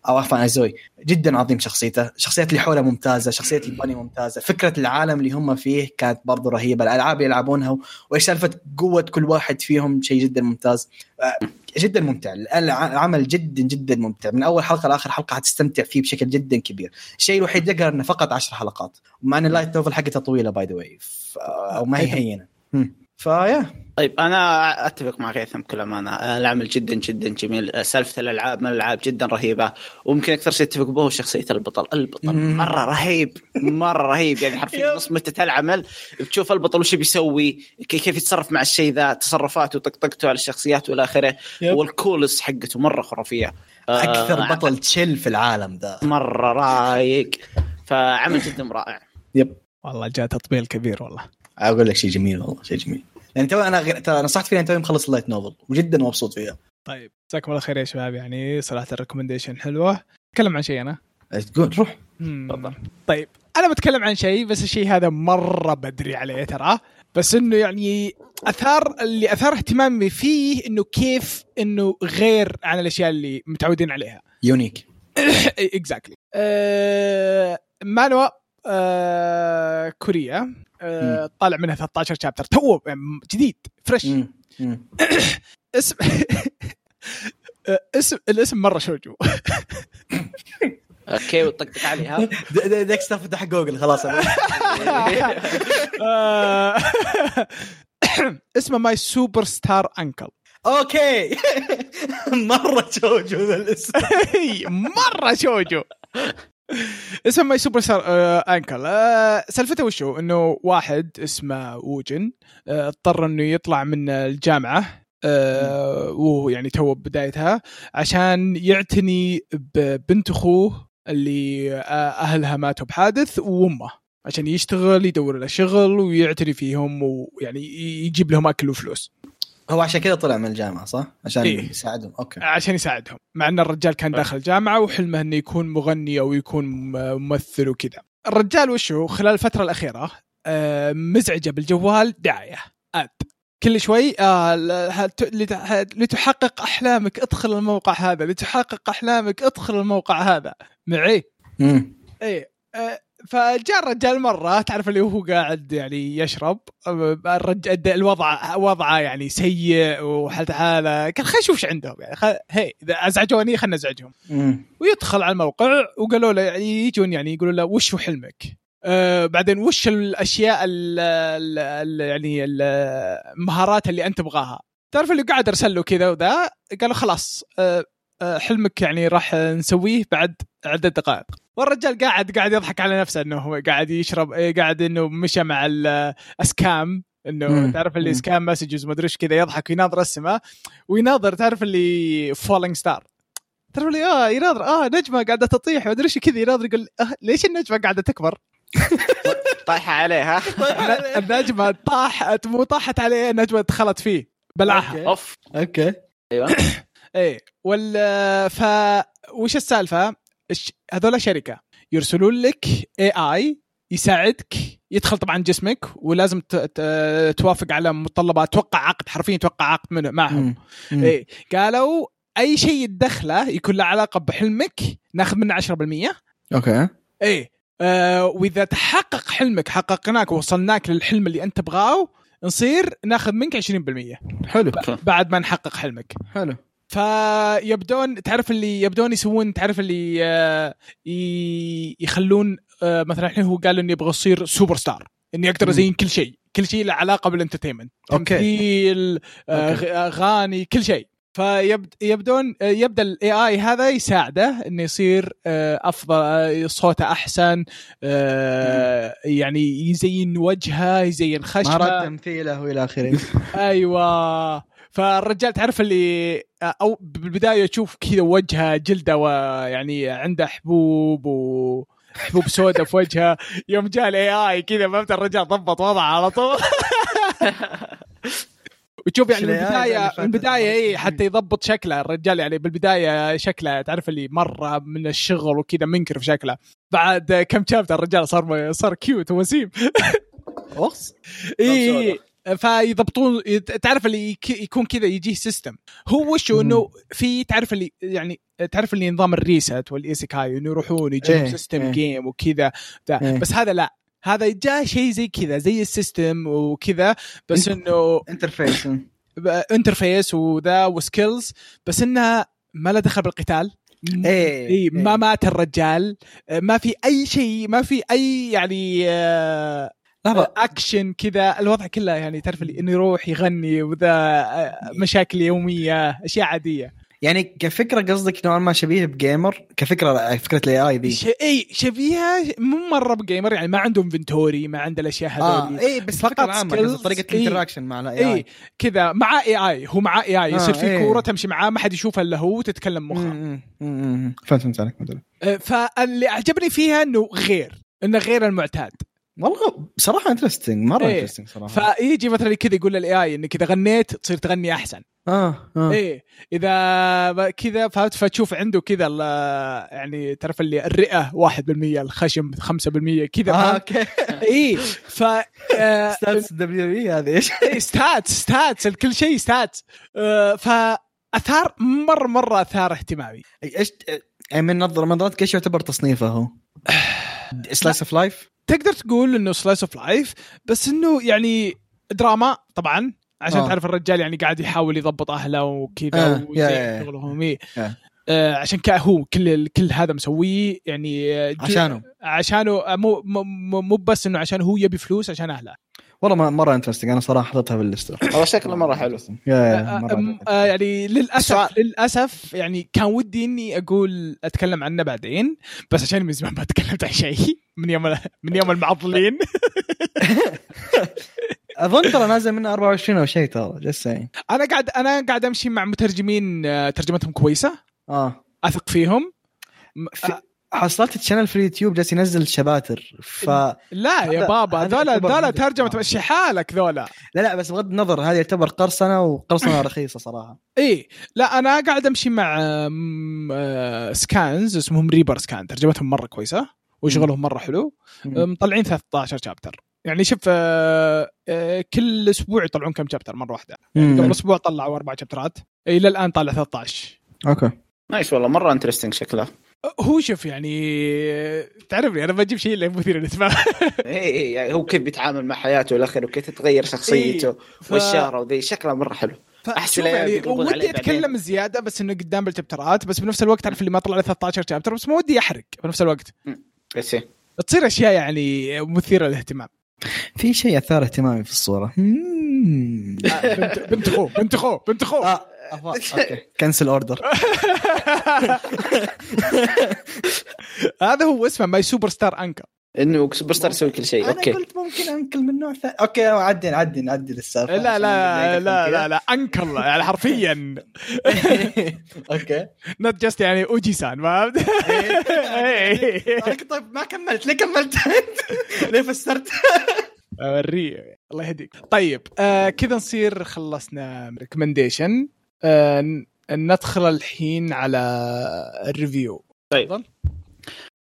C: او عفوا ايزوي جدا عظيم شخصيته الشخصيات اللي حوله ممتازه شخصيه الباني ممتازه فكره العالم اللي هم فيه كانت برضو رهيبه الالعاب اللي يلعبونها وايش سالفه قوه كل واحد فيهم شيء جدا ممتاز آه، جدا ممتع الع- العمل جدا جدا ممتع من اول حلقه لاخر حلقه حتستمتع فيه بشكل جدا كبير الشيء الوحيد يقهر انه فقط 10 حلقات مع ان اللايت نوفل حقتها طويله باي ذا واي او ما هي هينه مم. فيا
B: طيب انا اتفق معك هيثم كل امانه أه، العمل جدا جدا جميل آه، سالفه الالعاب من الالعاب جدا رهيبه وممكن اكثر شيء اتفق به هو شخصيه البطل البطل
C: مم.
B: مره رهيب مره رهيب يعني حرفيا
C: يب.
B: نص متة العمل بتشوف البطل وش بيسوي كي- كيف يتصرف مع الشيء ذا تصرفاته وطقطقته على الشخصيات والى اخره
C: يب.
B: والكولس حقته مره خرافيه آه،
C: اكثر بطل تشيل في العالم ذا
B: مره رايق فعمل جدا رائع
A: والله جاء تطبيل كبير والله
C: اقول لك شيء جميل والله شيء جميل يعني تو انا غ- ترى نصحت فيها توي مخلص اللايت نوفل وجدا مبسوط فيها
A: طيب جزاكم الله خير يا شباب يعني صراحه الريكومنديشن حلوه اتكلم عن شيء انا
C: تقول روح
A: مم.
B: تفضل.
A: طيب انا بتكلم عن شيء بس الشيء هذا مره بدري عليه ترى بس انه يعني اثار اللي اثار اهتمامي فيه انه كيف انه غير عن الاشياء اللي متعودين عليها
C: يونيك
A: اكزاكتلي أه مانوا أه كوريا أه طالع منها 13 شابتر تو يعني جديد فريش
C: مم. مم.
A: اسم آه، اسم الاسم مره شوجو
B: اوكي وطقطق أه، عليها
C: د- د- ديكستر فتح جوجل خلاص
A: آه، اسمه ماي سوبر ستار انكل
C: اوكي مره جوجو ذا الاسم
A: مره شوجو اسمه ماي سوبر ستار آه، انكل آه، سالفته وش هو؟ انه واحد اسمه ووجن آه، اضطر انه يطلع من الجامعه آه، وهو يعني تو بدايتها عشان يعتني ببنت اخوه اللي آه، اهلها ماتوا بحادث وامه عشان يشتغل يدور له شغل ويعتني فيهم ويعني يجيب لهم اكل وفلوس.
C: هو عشان كذا طلع من الجامعه صح؟ عشان
A: إيه.
C: يساعدهم اوكي
A: عشان يساعدهم مع ان الرجال كان داخل جامعه وحلمه انه يكون مغني او يكون م- ممثل وكذا الرجال وش هو خلال الفتره الاخيره آه، مزعجه بالجوال دعايه اد كل شوي آه، ل- هت- لت- لتحقق احلامك ادخل الموقع هذا لتحقق احلامك ادخل الموقع هذا معي
C: مم.
A: ايه آه، فجاء الرجال مره تعرف اللي هو قاعد يعني يشرب آه، الرجال الوضع وضعه يعني سيء وحالته حاله قال خلينا نشوف ايش عندهم يعني خل... هي اذا ازعجوني خلينا نزعجهم
C: مم.
A: ويدخل على الموقع وقالوا له يعني يجون يعني يقولوا له وش هو حلمك؟ آه بعدين وش الاشياء ال ال ال يعني ال- المهارات اللي انت تبغاها؟ تعرف اللي قاعد ارسل له كذا وذا قالوا خلاص آه آه حلمك يعني راح نسويه بعد عده دقائق. والرجال قاعد قاعد يضحك على نفسه انه هو قاعد يشرب آه، قاعد انه مشى مع الاسكام انه
C: مم.
A: تعرف اللي
C: مم.
A: سكام مسجز ما ادري ايش كذا يضحك ويناظر السماء ويناظر تعرف اللي فولينج ستار آه، تعرف اللي اه يناظر اه نجمه قاعده تطيح ما ادري ايش كذا يناظر يقول آه ليش النجمه قاعده تكبر؟
B: طايحه عليها
A: النجمه طاحت مو طاحت عليه النجمه دخلت فيه بلعها
B: اوف
C: اوكي
B: ايوه
A: ايه وال ف وش السالفه؟ الش- هذول شركه يرسلون لك اي اي يساعدك يدخل طبعا جسمك ولازم ت- ت- توافق على متطلبات توقع عقد حرفيا توقع عقد من- معهم
C: إيه.
A: إيه قالوا اي شيء تدخله يكون له علاقه بحلمك ناخذ منه 10%
C: اوكي
A: ايه آه واذا تحقق حلمك حققناك ووصلناك للحلم اللي انت تبغاه نصير ناخذ منك 20%
C: حلو
A: بعد ما نحقق حلمك
C: حلو
A: فيبدون تعرف اللي يبدون يسوون تعرف اللي آه، ي- يخلون آه، مثلا الحين هو قال اني ابغى اصير سوبر ستار اني اقدر ازين كل شيء كل شيء له علاقه بالانترتينمنت
C: أوكي.
A: تمثيل آه،
C: أوكي.
A: غ- اغاني كل شيء آه، فيبدون يبدا الاي اي هذا يساعده انه يصير آه، افضل آه، صوته احسن آه، يعني يزين وجهه يزين خشمه
C: مهارات تمثيله والى اخره
A: ايوه فالرجال تعرف اللي او بالبدايه تشوف كذا وجهه جلده ويعني عنده حبوب و حبوب سوداء في وجهه يوم جاء الاي اي كذا فهمت الرجال ضبط وضعه على طول وتشوف يعني
C: شو
A: من
C: ال AI
A: البدايه
C: اللي
A: من
C: فات-
A: البدايه اي حتى يضبط شكله الرجال يعني بالبدايه شكله تعرف اللي مره من الشغل وكذا منكر في شكله بعد كم شابتر الرجال صار صار كيوت ووسيم
C: اوكس
A: اي إيه، فيضبطون يت- تعرف اللي يك- يكون كذا يجيه سيستم هو وشو انه في تعرف اللي يعني تعرف اللي نظام الريست والايسيكاي انه يروحون يجيبهم
C: إيه،
A: سيستم
C: إيه.
A: جيم وكذا ذا.
C: إيه.
A: بس هذا لا هذا جاء شيء زي كذا زي السيستم وكذا
C: إيه.
A: بس انه
C: انترفيس
A: ب- انترفيس وذا وسكيلز بس انها ما لها دخل بالقتال
C: إيه،
A: إيه ما
C: إيه.
A: مات الرجال ما في اي شيء ما في اي يعني آه،
C: لحظه
A: اكشن كذا الوضع كله يعني تعرف اللي انه يروح يغني وذا
C: إيه.
A: آه، مشاكل يوميه اشياء عاديه
C: يعني كفكره قصدك نوعا ما شبيه بجيمر كفكره فكره الاي اي دي
A: ش... اي شبيهه مو مره بجيمر يعني ما عنده انفنتوري ما عنده الاشياء
C: اه
A: هذول
C: اي بس فقط
A: فقط
C: عامه
A: skills.
C: قصد طريقه
A: إيه.
C: الانتراكشن مع الاي
A: اي
C: اي
A: كذا مع اي اي هو مع اي اي يصير
C: آه،
A: في
C: إيه.
A: كوره تمشي معاه ما حد يشوفها الا هو وتتكلم مخه
C: فهمت فهمت عليك مدري.
A: آه، فاللي اعجبني فيها انه غير انه غير المعتاد
C: والله بصراحه انترستنج مره
A: إيه.
C: انترستنج صراحه
A: فيجي مثلا كذا يقول للاي اي انك اذا غنيت تصير تغني احسن
C: اه اه
A: ايه اذا ب- كذا فهمت فتشوف عنده كذا ال- يعني تعرف اللي الرئه 1% الخشم 5% كذا
C: آه،
A: آه.
C: اوكي
A: ايه ف آه،
C: ستاتس دبليو اي E هذه ايش؟
A: إيه، ستات ستات الكل شيء ستات آه، فاثار مره مره اثار اهتمامي
C: ايش يعني من نظر نظرتك ايش يعتبر تصنيفه هو؟ سلايس اوف لايف؟
A: تقدر تقول انه سلايس اوف لايف بس انه يعني دراما طبعا عشان
C: آه.
A: تعرف الرجال يعني قاعد يحاول يضبط اهله
C: آه،
A: وكذا
C: يا- يا-
A: ويزين
C: يا.
A: شغلهم إيه.
C: آه.
A: آه، عشان كذا هو كل كل هذا مسويه يعني آه، جو-
C: عشانهم
A: عشانه مو مو- مو مو بس انه عشان هو يبي فلوس عشان اهله
C: والله ما- مره انترستنج انا صراحه حطيتها باللسته
B: والله شكله مره حلو
C: يا
A: آه،
C: يا إيه، مرة
A: أم-
C: عجبتني.
A: آه، يعني للاسف
B: السؤال.
A: للاسف يعني كان ودي اني اقول اتكلم عنه بعدين بس عشان من زمان ما تكلمت عن شيء من يوم من يوم المعضلين
C: اظن ترى نازل منها 24 او شيء ترى جس يعني
A: انا قاعد انا قاعد امشي مع مترجمين آه، ترجمتهم كويسه
C: اه
A: اثق فيهم م-
C: في-
A: آه،
C: حصلت الشانل في اليوتيوب جالس ينزل شباتر ف
A: لا يا
C: هذا-
A: بابا
C: هذا
A: ذولا
C: يعتبر
A: ذولا
C: مدة
A: ترجمه
C: دراما.
A: مشي حالك ذولا
C: لا لا بس بغض النظر هذه يعتبر قرصنه وقرصنه رخيصه صراحه
A: ايه لا انا قاعد امشي مع آم، آه، سكانز اسمهم ريبر سكان ترجمتهم مره كويسه وشغلهم مره حلو آه، مطلعين 13 شابتر يعني شوف آه، آه، كل اسبوع يطلعون كم شابتر مره واحده
C: مم.
A: يعني قبل اسبوع طلعوا اربع شابترات الى الان طالع 13
C: اوكي
B: نايس والله مره انترستنج شكله
A: آه، هو شوف يعني آه، تعرفني انا بجيب شيء اللي مثير للاهتمام
B: اي اي يعني هو كيف بيتعامل مع حياته والاخر وكيف تتغير شخصيته
A: ف-
B: والشهره وذي شكله مره حلو
A: فشوف
B: أحسن
A: يعني
B: يقلبون
A: ودي
B: عليه
A: اتكلم
B: بعدين.
A: زياده بس انه قدام بالشابترات بس بنفس الوقت تعرف اللي ما طلع له 13 شابتر بس ما ودي احرق بنفس الوقت
B: بس إيه.
A: تصير اشياء يعني مثيره للاهتمام
C: في شيء اثار اهتمامي في الصوره مم.
A: آه، بنت بنت خو بنت خو بنت خو
C: اه أفا- اوكي كنسل اوردر
A: هذا هو اسمه ماي سوبر ستار انكر
B: انه سوبر ستار يسوي كل شيء
C: انا
B: اوكي
C: قلت ممكن انكل من نوع ثاني اوكي عدي عدي نعدي السالفه
A: لا لا
C: عشان
A: لا
C: نضايقكم
A: لا,
C: كذا.
A: لا, انكل يعني حرفيا
C: اوكي
A: نوت جاست يعني اوجيسان فهمت؟ إيه.
C: أوكي، طيب ما كملت ليه كملت ليه فسرت
A: اوريه الله يهديك طيب آه كذا نصير خلصنا ريكومنديشن آه ن- ندخل الحين على الريفيو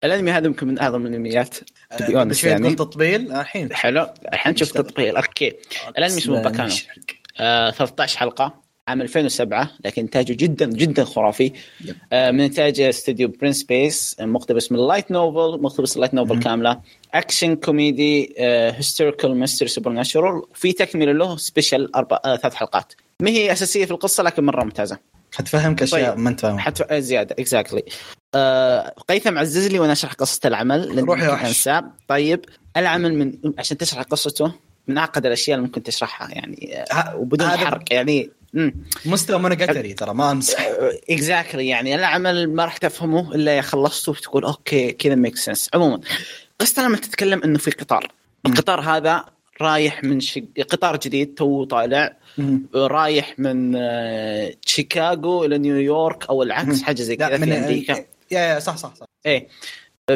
B: الانمي هذا يمكن من اعظم الانميات To be honest
C: قبل شوي
B: يعني.
C: تقول تطبيل آه، الحين
B: حلو الحين نشوف
C: نشتغل.
B: تطبيل اوكي الأنمي اسمه
C: بسم الله
B: باكانو.
C: نشرك.
B: آه 13 حلقه عام 2007 لكن انتاجه جدا جدا خرافي
C: يب.
B: آه من انتاج استوديو برنس سبيس مقتبس من اللايت نوفل مقتبس اللايت نوفل كامله اكشن كوميدي آه، هيستوريكال ميستري سوبر ناتشورال وفي تكمله له سبيشال اربع آه ثلاث حلقات ما هي اساسيه في القصه لكن مره ممتازه
C: حتفهمك اشياء
B: طيب.
C: ما انت فاهمها
B: حتى آه، زياده اكزاكتلي آه قيثم عزز لي وانا اشرح قصه العمل لأن
C: روح يا
B: ممكن
C: وحش.
B: انساه طيب العمل من عشان تشرح قصته من اعقد الاشياء اللي ممكن تشرحها يعني آه،
C: ه-
B: وبدون
C: هذا-
B: حرق يعني امم
C: مستوى مونوجاتري ترى ما امزح
B: اكزاكتلي يعني العمل ما راح تفهمه الا إذا خلصته وتقول اوكي كذا ميك سنس عموما قصتنا لما تتكلم انه في قطار القطار هذا رايح من شق... قطار جديد تو طالع
C: مم.
B: رايح من آه، شيكاغو الى نيويورك او العكس
C: مم.
B: حاجه زي
C: لا
B: كذا
C: من إيه.
B: في امريكا
C: يا يا صح صح صح
B: ايه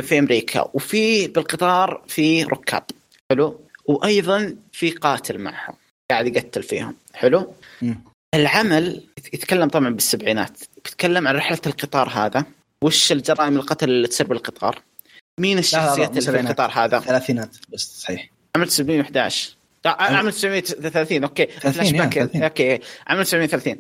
B: في امريكا وفي بالقطار في ركاب حلو وايضا في قاتل معهم قاعد يقتل فيهم حلو
C: مم.
B: العمل يتكلم طبعا بالسبعينات يتكلم عن رحله القطار هذا وش الجرائم القتل اللي تصير بالقطار مين
C: لا،
B: الشخصيات
C: مو
B: اللي في
C: سبعينات.
B: القطار هذا
C: ثلاثينات بس صحيح
B: عمل 711 لا،
C: أيوة.
B: عمل 930 اوكي
C: 30
B: فلاش باك
C: يعني 30.
B: اوكي عمل 730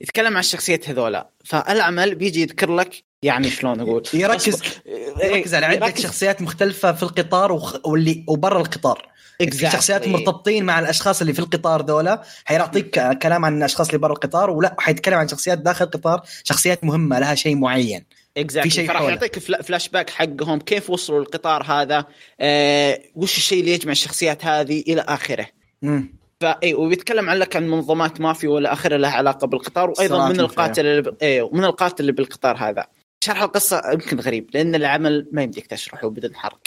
B: فيتكلم عن شخصيات هذولا فالعمل بيجي يذكر لك يعني شلون اقول
C: يركز إيه، يركز على عده شخصيات مختلفه في القطار وخ- واللي وبرا القطار في شخصيات مرتبطين مع الاشخاص اللي في القطار دولة حيعطيك ك- كلام عن الاشخاص اللي برا القطار ولا حيتكلم عن شخصيات داخل القطار شخصيات مهمه لها شيء معين
B: exactly. في شيء
C: في شيء
B: فراح
C: حوله.
B: يعطيك فلا- فلاش باك حقهم كيف وصلوا للقطار هذا آه، وش الشيء اللي يجمع الشخصيات هذه الى اخره
C: مم.
B: فاي إيه، وبيتكلم عن لك عن منظمات مافيا ولا اخره لها علاقه بالقطار وايضا
C: صراعات
B: من
C: مافيا.
B: القاتل اللي ب... اي ومن القاتل اللي بالقطار هذا شرح القصه يمكن غريب لان العمل ما يمديك تشرحه بدون حرق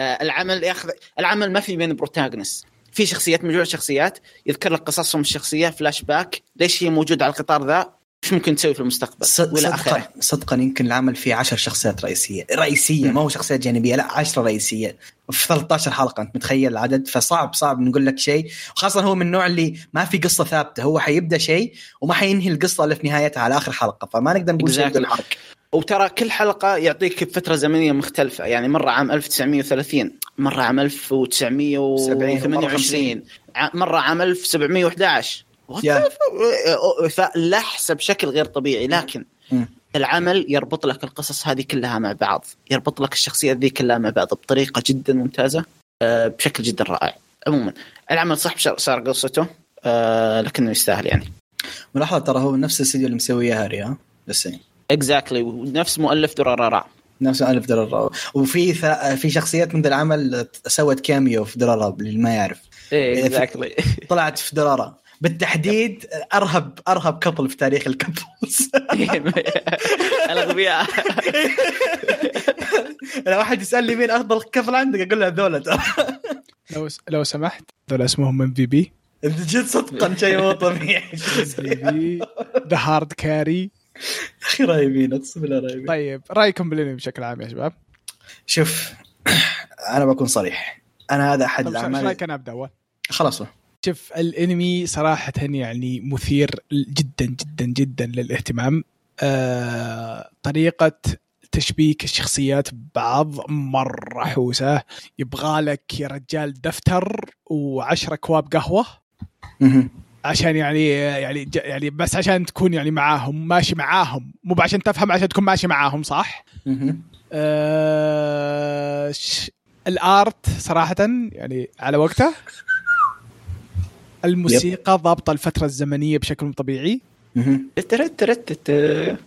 B: آه العمل ياخذ العمل ما في بين بروتاغنس في شخصيات مجموعه شخصيات يذكر لك قصصهم الشخصيه فلاش باك ليش هي موجوده على القطار ذا ايش ممكن تسوي في المستقبل
C: صد-
B: والى اخره
C: صدقا صدقا يمكن العمل فيه 10 شخصيات رئيسيه رئيسيه ما هو شخصيات جانبيه لا 10 رئيسيه في 13 حلقه انت متخيل العدد فصعب صعب نقول لك شيء وخاصه هو من النوع اللي ما في قصه ثابته هو حيبدا شيء وما حينهي القصه الا في نهايتها على اخر حلقه فما نقدر نقول شيء
B: Exactly.
C: بدون حرق.
B: وترى كل حلقه يعطيك بفتره زمنيه مختلفه يعني مره عام 1930 مره عام 1928 ع- مره عام 1711 What
C: Yeah.
B: the fuck? فلحسه بشكل غير طبيعي لكن
C: مم.
B: العمل يربط لك القصص هذه كلها مع بعض يربط لك الشخصيات ذي كلها مع بعض بطريقه جدا ممتازه آه، بشكل جدا رائع عموما العمل صح بش- صار قصته آه، لكنه يستاهل يعني
C: ملاحظه ترى هو نفس الاستديو اللي مسويه هاري ها بس يعني
B: اكزاكتلي ونفس مؤلف درارارا
C: نفس الف درر وفي ث- في شخصيات من ذا العمل سوت كاميو في درارا للي ما يعرف
B: ايه
C: إذا في-
B: اكزاكتلي
C: طلعت في درارا بالتحديد ارهب ارهب كبل في تاريخ الكبلز
B: الاغبياء
C: لو واحد يسالني مين افضل كفل عندك اقول له هذول ترى
A: لو لو سمحت دول اسمهم ام في بي
C: جد صدقا شيء مو طبيعي
A: ذا هارد كاري
C: اخي رايبين اقسم بالله رايبين
A: طيب رايكم بالانمي بشكل عام يا شباب
C: شوف انا بكون صريح انا هذا احد
A: طب ايش
C: الاعمال
A: رايك انا ابدا اول؟
C: خلاص
A: شوف الانمي صراحه يعني مثير جدا جدا جدا للاهتمام آه طريقه تشبيك الشخصيات ببعض مره حوسه يبغالك يا رجال دفتر وعشرة كواب قهوه
C: مهم.
A: عشان يعني يعني ج- يعني بس عشان تكون يعني معاهم ماشي معاهم مو عشان تفهم عشان تكون ماشي معاهم صح؟
C: مهم.
A: آه ش- الارت صراحه يعني على وقته الموسيقى ضابطه الفتره الزمنيه بشكل مو طبيعي
C: مهم.
B: ترت ترت تت.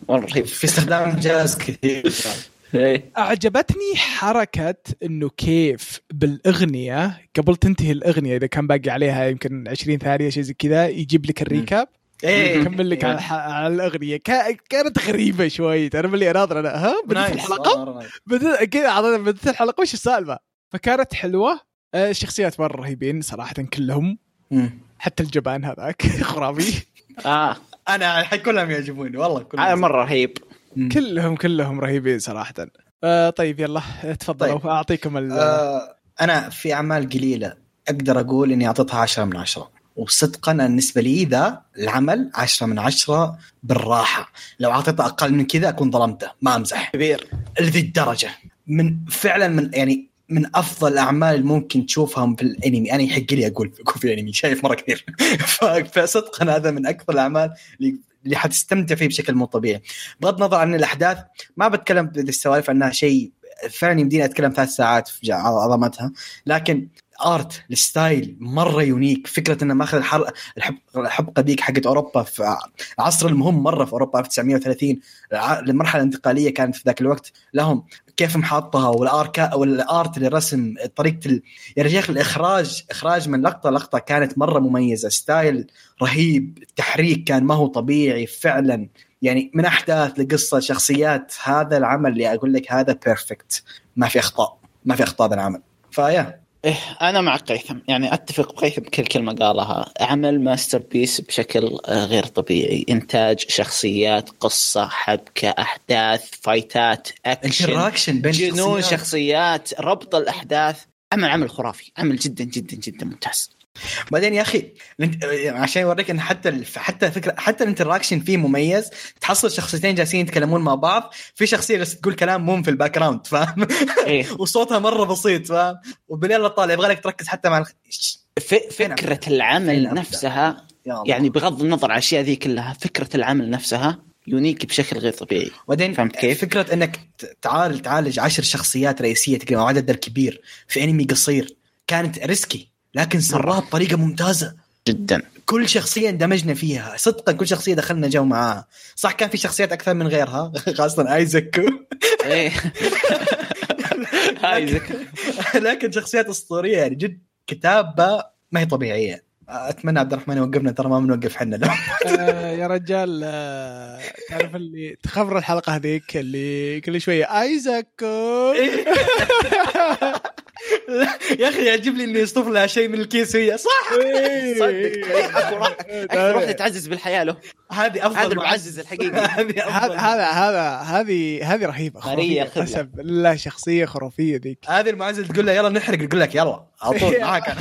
B: والله رهيب
C: في استخدام جهاز كثير
B: إيه.
A: اعجبتني حركه انه كيف بالاغنيه قبل تنتهي الاغنيه اذا كان باقي عليها يمكن 20 ثانيه شيء زي كذا يجيب لك الريكاب
C: ايه
A: يكمل لك على, الح- على الاغنيه كا- كانت غريبه شوي تعرف اللي اناظر انا ها بدت
C: نايس.
A: الحلقه
C: مرة نايس.
A: بدت كذا عض- بدت الحلقه وش السالفه؟ فكانت حلوه آه، الشخصيات مره رهيبين صراحه كلهم حتى الجبان هذاك خرافي
B: اه
C: انا حق كلهم يعجبوني والله
B: هذا
C: كلهم
B: مره آه، رهيب
C: كل
A: كلهم كلهم رهيبين صراحه آه طيب يلا آه، تفضلوا
C: طيب.
A: اعطيكم ال
C: آه انا في اعمال قليله اقدر اقول اني اعطيتها 10 من 10 وصدقا أنا بالنسبه لي ذا العمل 10 من 10 بالراحه لو اعطيته اقل من كذا اكون ظلمته ما امزح
B: كبير
C: لذي الدرجه من فعلا من يعني من افضل الاعمال اللي ممكن تشوفها في الانمي انا يحق لي اقول يكون في الانمي شايف مره كثير ف- فصدقا هذا من اكثر الاعمال اللي اللي حتستمتع فيه بشكل مو طبيعي بغض النظر عن الاحداث ما بتكلم بالسوالف عنها شيء فعلا يمديني اتكلم ثلاث ساعات في جا- عظمتها لكن ارت الستايل مره يونيك فكره انه ماخذ الحر... الحب... الحبقه ذيك حقت اوروبا في عصر المهم مره في اوروبا 1930 الع- المرحله الانتقاليه كانت في ذاك الوقت لهم كيف محطها والاركا والارت اللي رسم طريقه ال... يا رجال الاخراج اخراج من لقطه لقطه كانت مره مميزه ستايل رهيب التحريك كان ما هو طبيعي فعلا يعني من احداث لقصه شخصيات هذا العمل اللي اقول لك هذا بيرفكت ما في اخطاء ما في اخطاء بالعمل فيا
B: إيه انا مع قيثم يعني اتفق بقيثم بكل كلمه قالها عمل ماستر بيس بشكل آه، غير طبيعي انتاج شخصيات قصه حبكه احداث فايتات اكشن
C: انتراكشن بين
B: جنون
C: الشخصيات.
B: شخصيات ربط الاحداث عمل عمل خرافي عمل جدا جدا جدا ممتاز
C: بعدين يا اخي الانت- عشان يوريك ان حتى الف- حتى فكره حتى الانتراكشن فيه مميز تحصل شخصيتين جالسين يتكلمون مع بعض في شخصيه جالسه تقول كلام مم في الباك جراوند فاهم
B: إيه.
C: وصوتها مره بسيط فاهم وبالليل طالع يبغى لك تركز حتى مع الخ...
B: ف- فكره العمل
C: فين أبدأ؟
B: نفسها
C: يا الله.
B: يعني بغض النظر عن الاشياء ذي كلها فكره العمل نفسها يونيك بشكل غير طبيعي
C: بعدين
B: فهمت كيف؟
C: فكره انك ت- تعال تعالج عشر شخصيات رئيسيه تقريبا او عدد كبير في انمي قصير كانت ريسكي لكن سراها بطريقه ممتازه
B: جدا
C: كل شخصيه اندمجنا فيها صدقا كل شخصيه دخلنا جو معاها صح كان في شخصيات اكثر من غيرها خاصه ايزك
B: ايه هاي ذكر
C: لكن شخصيات اسطوريه يعني جد كتابه ما هي طبيعيه اتمنى عبد الرحمن يوقفنا ترى ما بنوقف حنا لو
A: آه يا رجال آه تعرف اللي تخبر الحلقه هذيك اللي كل شويه ايزاك
C: يا اخي يعجب لي اني يصطف لها شيء من الكيس وهي صح
B: صدق أكو روح- أكو روح تعزز بالحياه له
C: هذه افضل
B: هذا
C: معز-
B: المعزز الحقيقي
C: هذه
A: هذا
C: أفضل
A: هذا هذا هذه هذه رهيبه خرافيه
B: ماريا خذها.
A: قسم بالله شخصيه خرافيه ذيك
C: هذه المعزل تقول له يلا نحرق يقول لك يلا على طول معك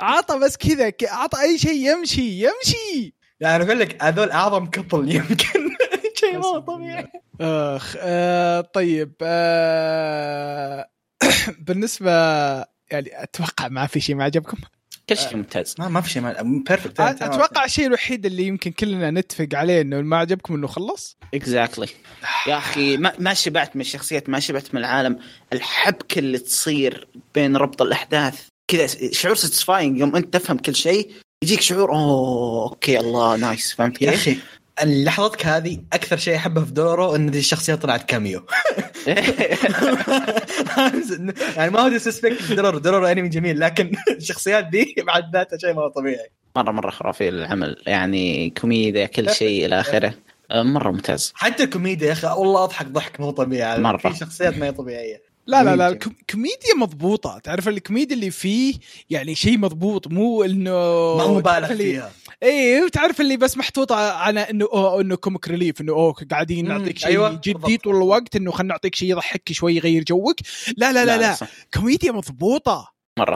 A: عطى بس كذا ك- عطى اي شيء يمشي يمشي
C: يعني اقول لك هذول اعظم كبل يمكن شيء مو طبيعي
A: اخ آه طيب آه بالنسبه يعني اتوقع ما في شيء ما عجبكم
B: كل شيء ممتاز
C: ما ما في شيء بيرفكت
A: اتوقع الشيء الوحيد اللي يمكن كلنا نتفق عليه انه ما عجبكم انه خلص
B: اكزاكتلي يا اخي ما, ما شبعت من الشخصيات ما شبعت من العالم الحبكه اللي تصير بين ربط الاحداث كذا شعور ساتسفاينج يوم انت تفهم كل شيء يجيك شعور اوه اوكي الله نايس فهمت
C: يا
B: كيف؟
C: اخي لحظتك هذه اكثر شيء احبه في دوره ان دي الشخصيه طلعت كاميو
B: إيه.
C: يعني ما هو ديسسبكت دورو دورو انمي جميل لكن الشخصيات دي بعد ذاتها شيء ما هو طبيعي
B: مره مره خرافي العمل يعني كوميديا كل شيء الى اخره آه، مره ممتاز
C: حتى الكوميديا يا اخي والله اضحك ضحك مو طبيعي
B: مرة.
C: في شخصيات ما هي طبيعيه
A: لا لا لا
C: كوميديا.
A: الكم- كوميديا مضبوطه تعرف الكوميديا اللي فيه يعني شيء مضبوط مو انه
C: ما هو بالغ
A: تعرف اللي-
C: فيها
A: ايه تعرف اللي بس محطوطه على انه أوه انه كوميك ريليف انه اوه قاعدين
C: مم،
A: نعطيك شيء
C: أيوة،
A: جدي
C: بالضبط.
A: طول الوقت انه خلينا نعطيك شيء يضحك شوي يغير جوك لا لا لا لا,
B: صح.
A: كوميديا مضبوطه
B: مره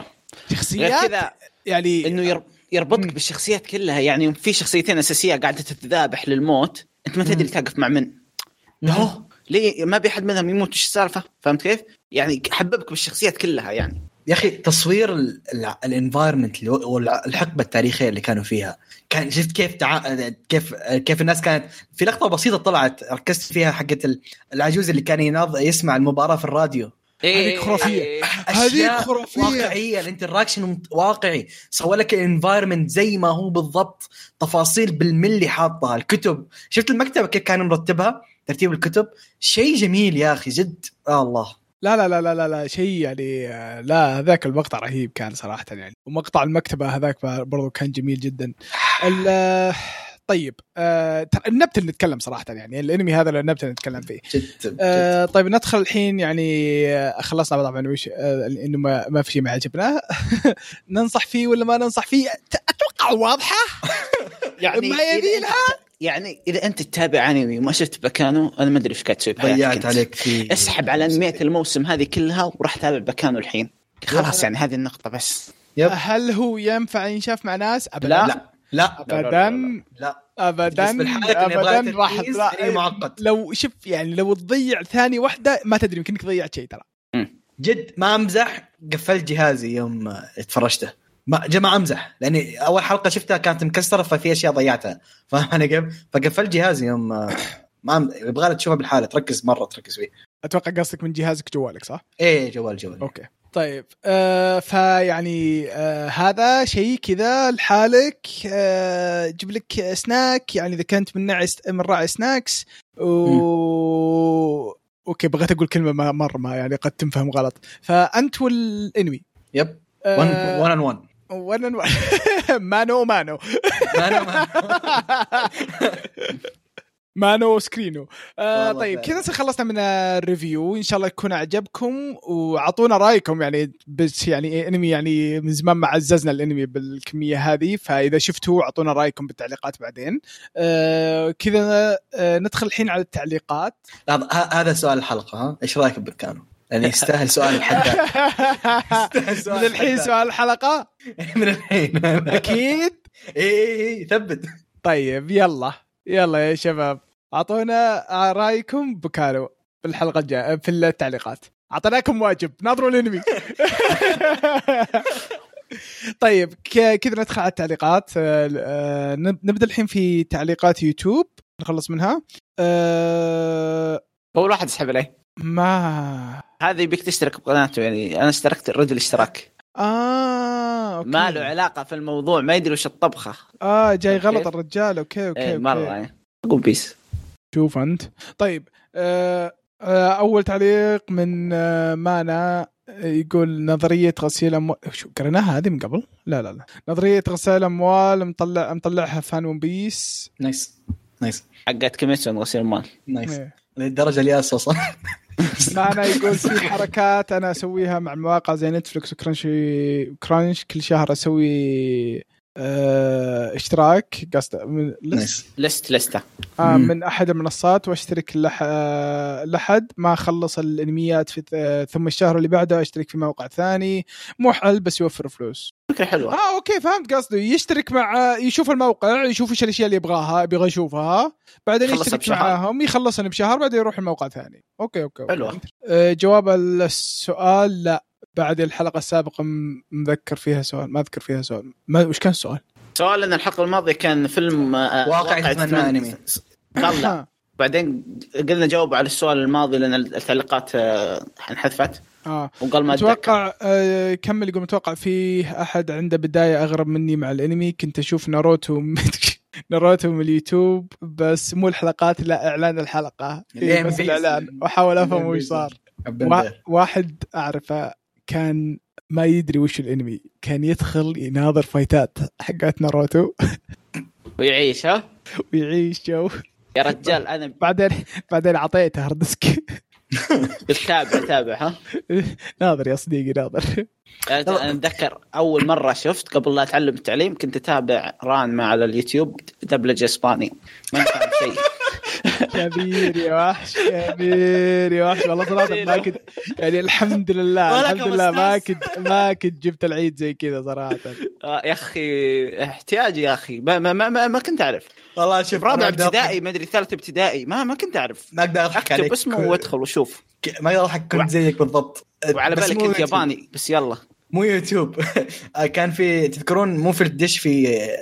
B: غير
A: شخصيات
B: كذا
A: يعني
B: انه ير- يربطك
A: مم.
B: بالشخصيات كلها يعني في شخصيتين اساسيه قاعده تتذابح للموت انت ما تدري
C: مم.
B: تقف مع من لا ليه ما بي حد منهم يموت ايش السالفه فهمت كيف؟ يعني حببك بالشخصيات كلها يعني
C: يا اخي تصوير الانفايرمنت والحقبه التاريخيه اللي كانوا فيها كان شفت كيف تع... كيف كيف الناس كانت في لقطه بسيطه طلعت ركزت فيها حقت ال- العجوز اللي كان يناظ يسمع المباراه في الراديو
A: هذيك خرافية.
B: إيه.
A: هذيك
C: أشياء
A: خرافية.
C: واقعيه الانتراكشن مت- واقعي سوى لك الانفايرمنت زي ما هو بالضبط تفاصيل بالملي حاطها الكتب شفت المكتبه كيف كان مرتبها ترتيب الكتب شيء جميل يا اخي جد آه الله
A: لا لا لا لا لا, لا شيء يعني آه، لا هذاك المقطع رهيب كان صراحه يعني ومقطع المكتبه هذاك برضو كان جميل جدا ال- آه، طيب آه ترى النبت اللي نتكلم صراحه يعني الانمي هذا النبت اللي نتكلم فيه
C: جدا
A: آه طيب ندخل الحين يعني آه، خلصنا طبعا وش آه، انه ما, ما في شيء ما عجبناه ننصح فيه ولا ما ننصح فيه ت- اتوقع واضحه
B: يعني
A: ما يبي
B: إذا- يعني اذا انت تتابع انمي وما شفت بكانو انا ما ادري ايش قاعد تسوي بحياتك
C: ضيعت
B: أنت.
C: عليك كثير
B: اسحب على انميات الموسم هذه كلها وراح تابع بكانو الحين خلاص يعني هذه النقطة بس
C: يب.
A: هل هو ينفع ينشاف مع ناس؟ ابدا
B: لا.
C: لا لا
B: لا، لا،
A: ابدا
C: لا
A: ابدا
C: بالنسبه لحالك إنه يبغى
A: ابدا راح
C: تركيز،
A: لا، إيه.
C: شيء معقد
A: لو شوف يعني لو تضيع ثانيه واحده ما تدري يمكنك ضيعت شيء ترى
C: جد ما امزح قفلت جهازي يوم اتفرجته ما جماعة امزح لاني اول حلقه شفتها كانت مكسره ففي اشياء ضيعتها فاهم انا كيف؟ فقفلت جهازي يوم آه، ما أم- يبغى لك تشوفها بالحاله تركز مره تركز فيه
A: اتوقع قصدك من جهازك جوالك صح؟
C: ايه جوال جوال
A: اوكي طيب آه فيعني آه هذا شيء كذا لحالك آه جيب لك سناك يعني اذا كنت من ناعي من راعي سناكس
C: إيه.
A: و اوكي بغيت اقول كلمه ما مره ما يعني قد تنفهم غلط فانت والانمي
C: يب 1
A: آه،
C: 1 1
A: ون ون مانو مانو مانو سكرينو آه
C: والله
A: طيب
C: فعلا.
A: كذا خلصنا من الريفيو ان شاء الله يكون اعجبكم واعطونا رايكم يعني بس يعني انمي يعني من زمان ما عززنا الانمي بالكميه هذه فاذا شفتوه اعطونا رايكم بالتعليقات بعدين آه كذا آه ندخل الحين على التعليقات
C: لحظة، ه- هذا سؤال الحلقه ها ايش رايك بكانو؟ يعني يستاهل سؤال بحد ذاته. يستاهل سؤال
A: من الحين
C: بحد
A: سؤال الحلقه
C: ذاته. من الحين إيه، اكيد
A: اكيد
C: اي اي ثبت
A: طيب يلا يلا يا شباب اعطونا رايكم بكالو بالحلقه الجايه آه، في التعليقات اعطيناكم واجب ناظروا الانمي طيب ك- كذا ندخل على التعليقات آه، آه، نب- نبدا الحين في تعليقات يوتيوب نخلص منها أه
B: اول واحد اسحب عليه
A: ما
B: هذا يبيك تشترك بقناته يعني انا اشتركت الرجل اشتراك
A: اه أوكي.
B: ما له علاقة في الموضوع ما يدري وش الطبخة
A: اه جاي غلط
B: كيف؟
A: الرجال اوكي اوكي,
B: إيه،
A: أوكي.
B: مرة يعني قول بيس
A: شوف انت طيب آه آه اول تعليق من آه مانا آه، يقول نظريه غسيل اموال شو قريناها هذه من قبل؟ لا لا لا نظريه غسيل اموال مطلع مطلعها فان ون بيس
C: نايس نايس
B: حقت كيميتسون غسيل المال
C: نايس
A: إيه.
C: للدرجه اللي وصل
A: مانا يقول في حركات انا اسويها مع مواقع زي نتفلكس وكرانشي كرانش كل شهر اسوي آه اشتراك قصد من
C: نايس
B: لست لستة
A: آه
C: مم.
A: من احد المنصات واشترك لح... آه، لحد ما اخلص الانميات في آه، ثم الشهر اللي بعده اشترك في موقع ثاني مو حل بس يوفر فلوس
B: فكرة حلوة
A: اه اوكي فهمت قصده يشترك مع آه، يشوف الموقع يشوف ايش الاشياء اللي يبغاها يبغى يشوفها بعدين
B: يخلصها
A: يشترك
B: بشهر.
A: معاهم يخلصهم بشهر بعدين يروح الموقع ثاني اوكي اوكي, أوكي.
B: حلوة
A: آه، جواب السؤال لا بعد الحلقه السابقه م- مذكر فيها سؤال ما اذكر فيها سؤال ما وش كان السؤال
B: سؤال ان الحلقة الماضية كان فيلم آه،
C: واقع يتمنى أنمي.
B: قال لا
A: آه.
B: بعدين قلنا جاوب على السؤال الماضي لان التعليقات آه، انحذفت
A: اه
B: وقال ما اتذكر
A: متوقع آه، كمل يقول متوقع فيه احد عنده بدايه اغرب مني مع الانمي كنت اشوف ناروتو من- ناروتو من اليوتيوب بس مو الحلقات لا اعلان الحلقه إيه،
C: ليه
A: بس
C: مبيز.
A: الاعلان واحاول افهم وش صار وا- واحد اعرفه كان ما يدري وش الانمي كان يدخل يناظر فايتات حقت ناروتو
B: ويعيش ها
A: ويعيش جو
B: يا رجال انا
A: بعدين بعدين اعطيته هارد ديسك
B: بتابع تابع ها
A: ناظر يا صديقي ناظر
B: انا اتذكر اول مره شفت قبل لا اتعلم التعليم كنت اتابع ران مع على اليوتيوب دبلجه اسباني ما فاهم شيء
A: كبير يا وحش كبير يا وحش والله صراحه ما كنت يعني الحمد لله
B: ولك
A: الحمد لله ما
B: أستاذ.
A: كنت ما كنت جبت العيد زي كذا صراحه
B: آه، يا اخي احتياج يا اخي ما ما ما, ما, ما كنت اعرف
C: والله شوف
B: رابع
C: أنا أقدر
B: ابتدائي ما ادري ثالث ابتدائي ما ما كنت اعرف
C: أضحك- ما اقدر اضحك
B: اكتب
C: عليك
B: اسمه وادخل وشوف
C: ما اقدر اضحك كنت زيك بالضبط
B: وعلى
C: بس
B: بالي
C: مو
B: كنت
C: يوتيوب.
B: ياباني بس يلا
C: مو يوتيوب آه، كان في تذكرون مو في الدش في آه،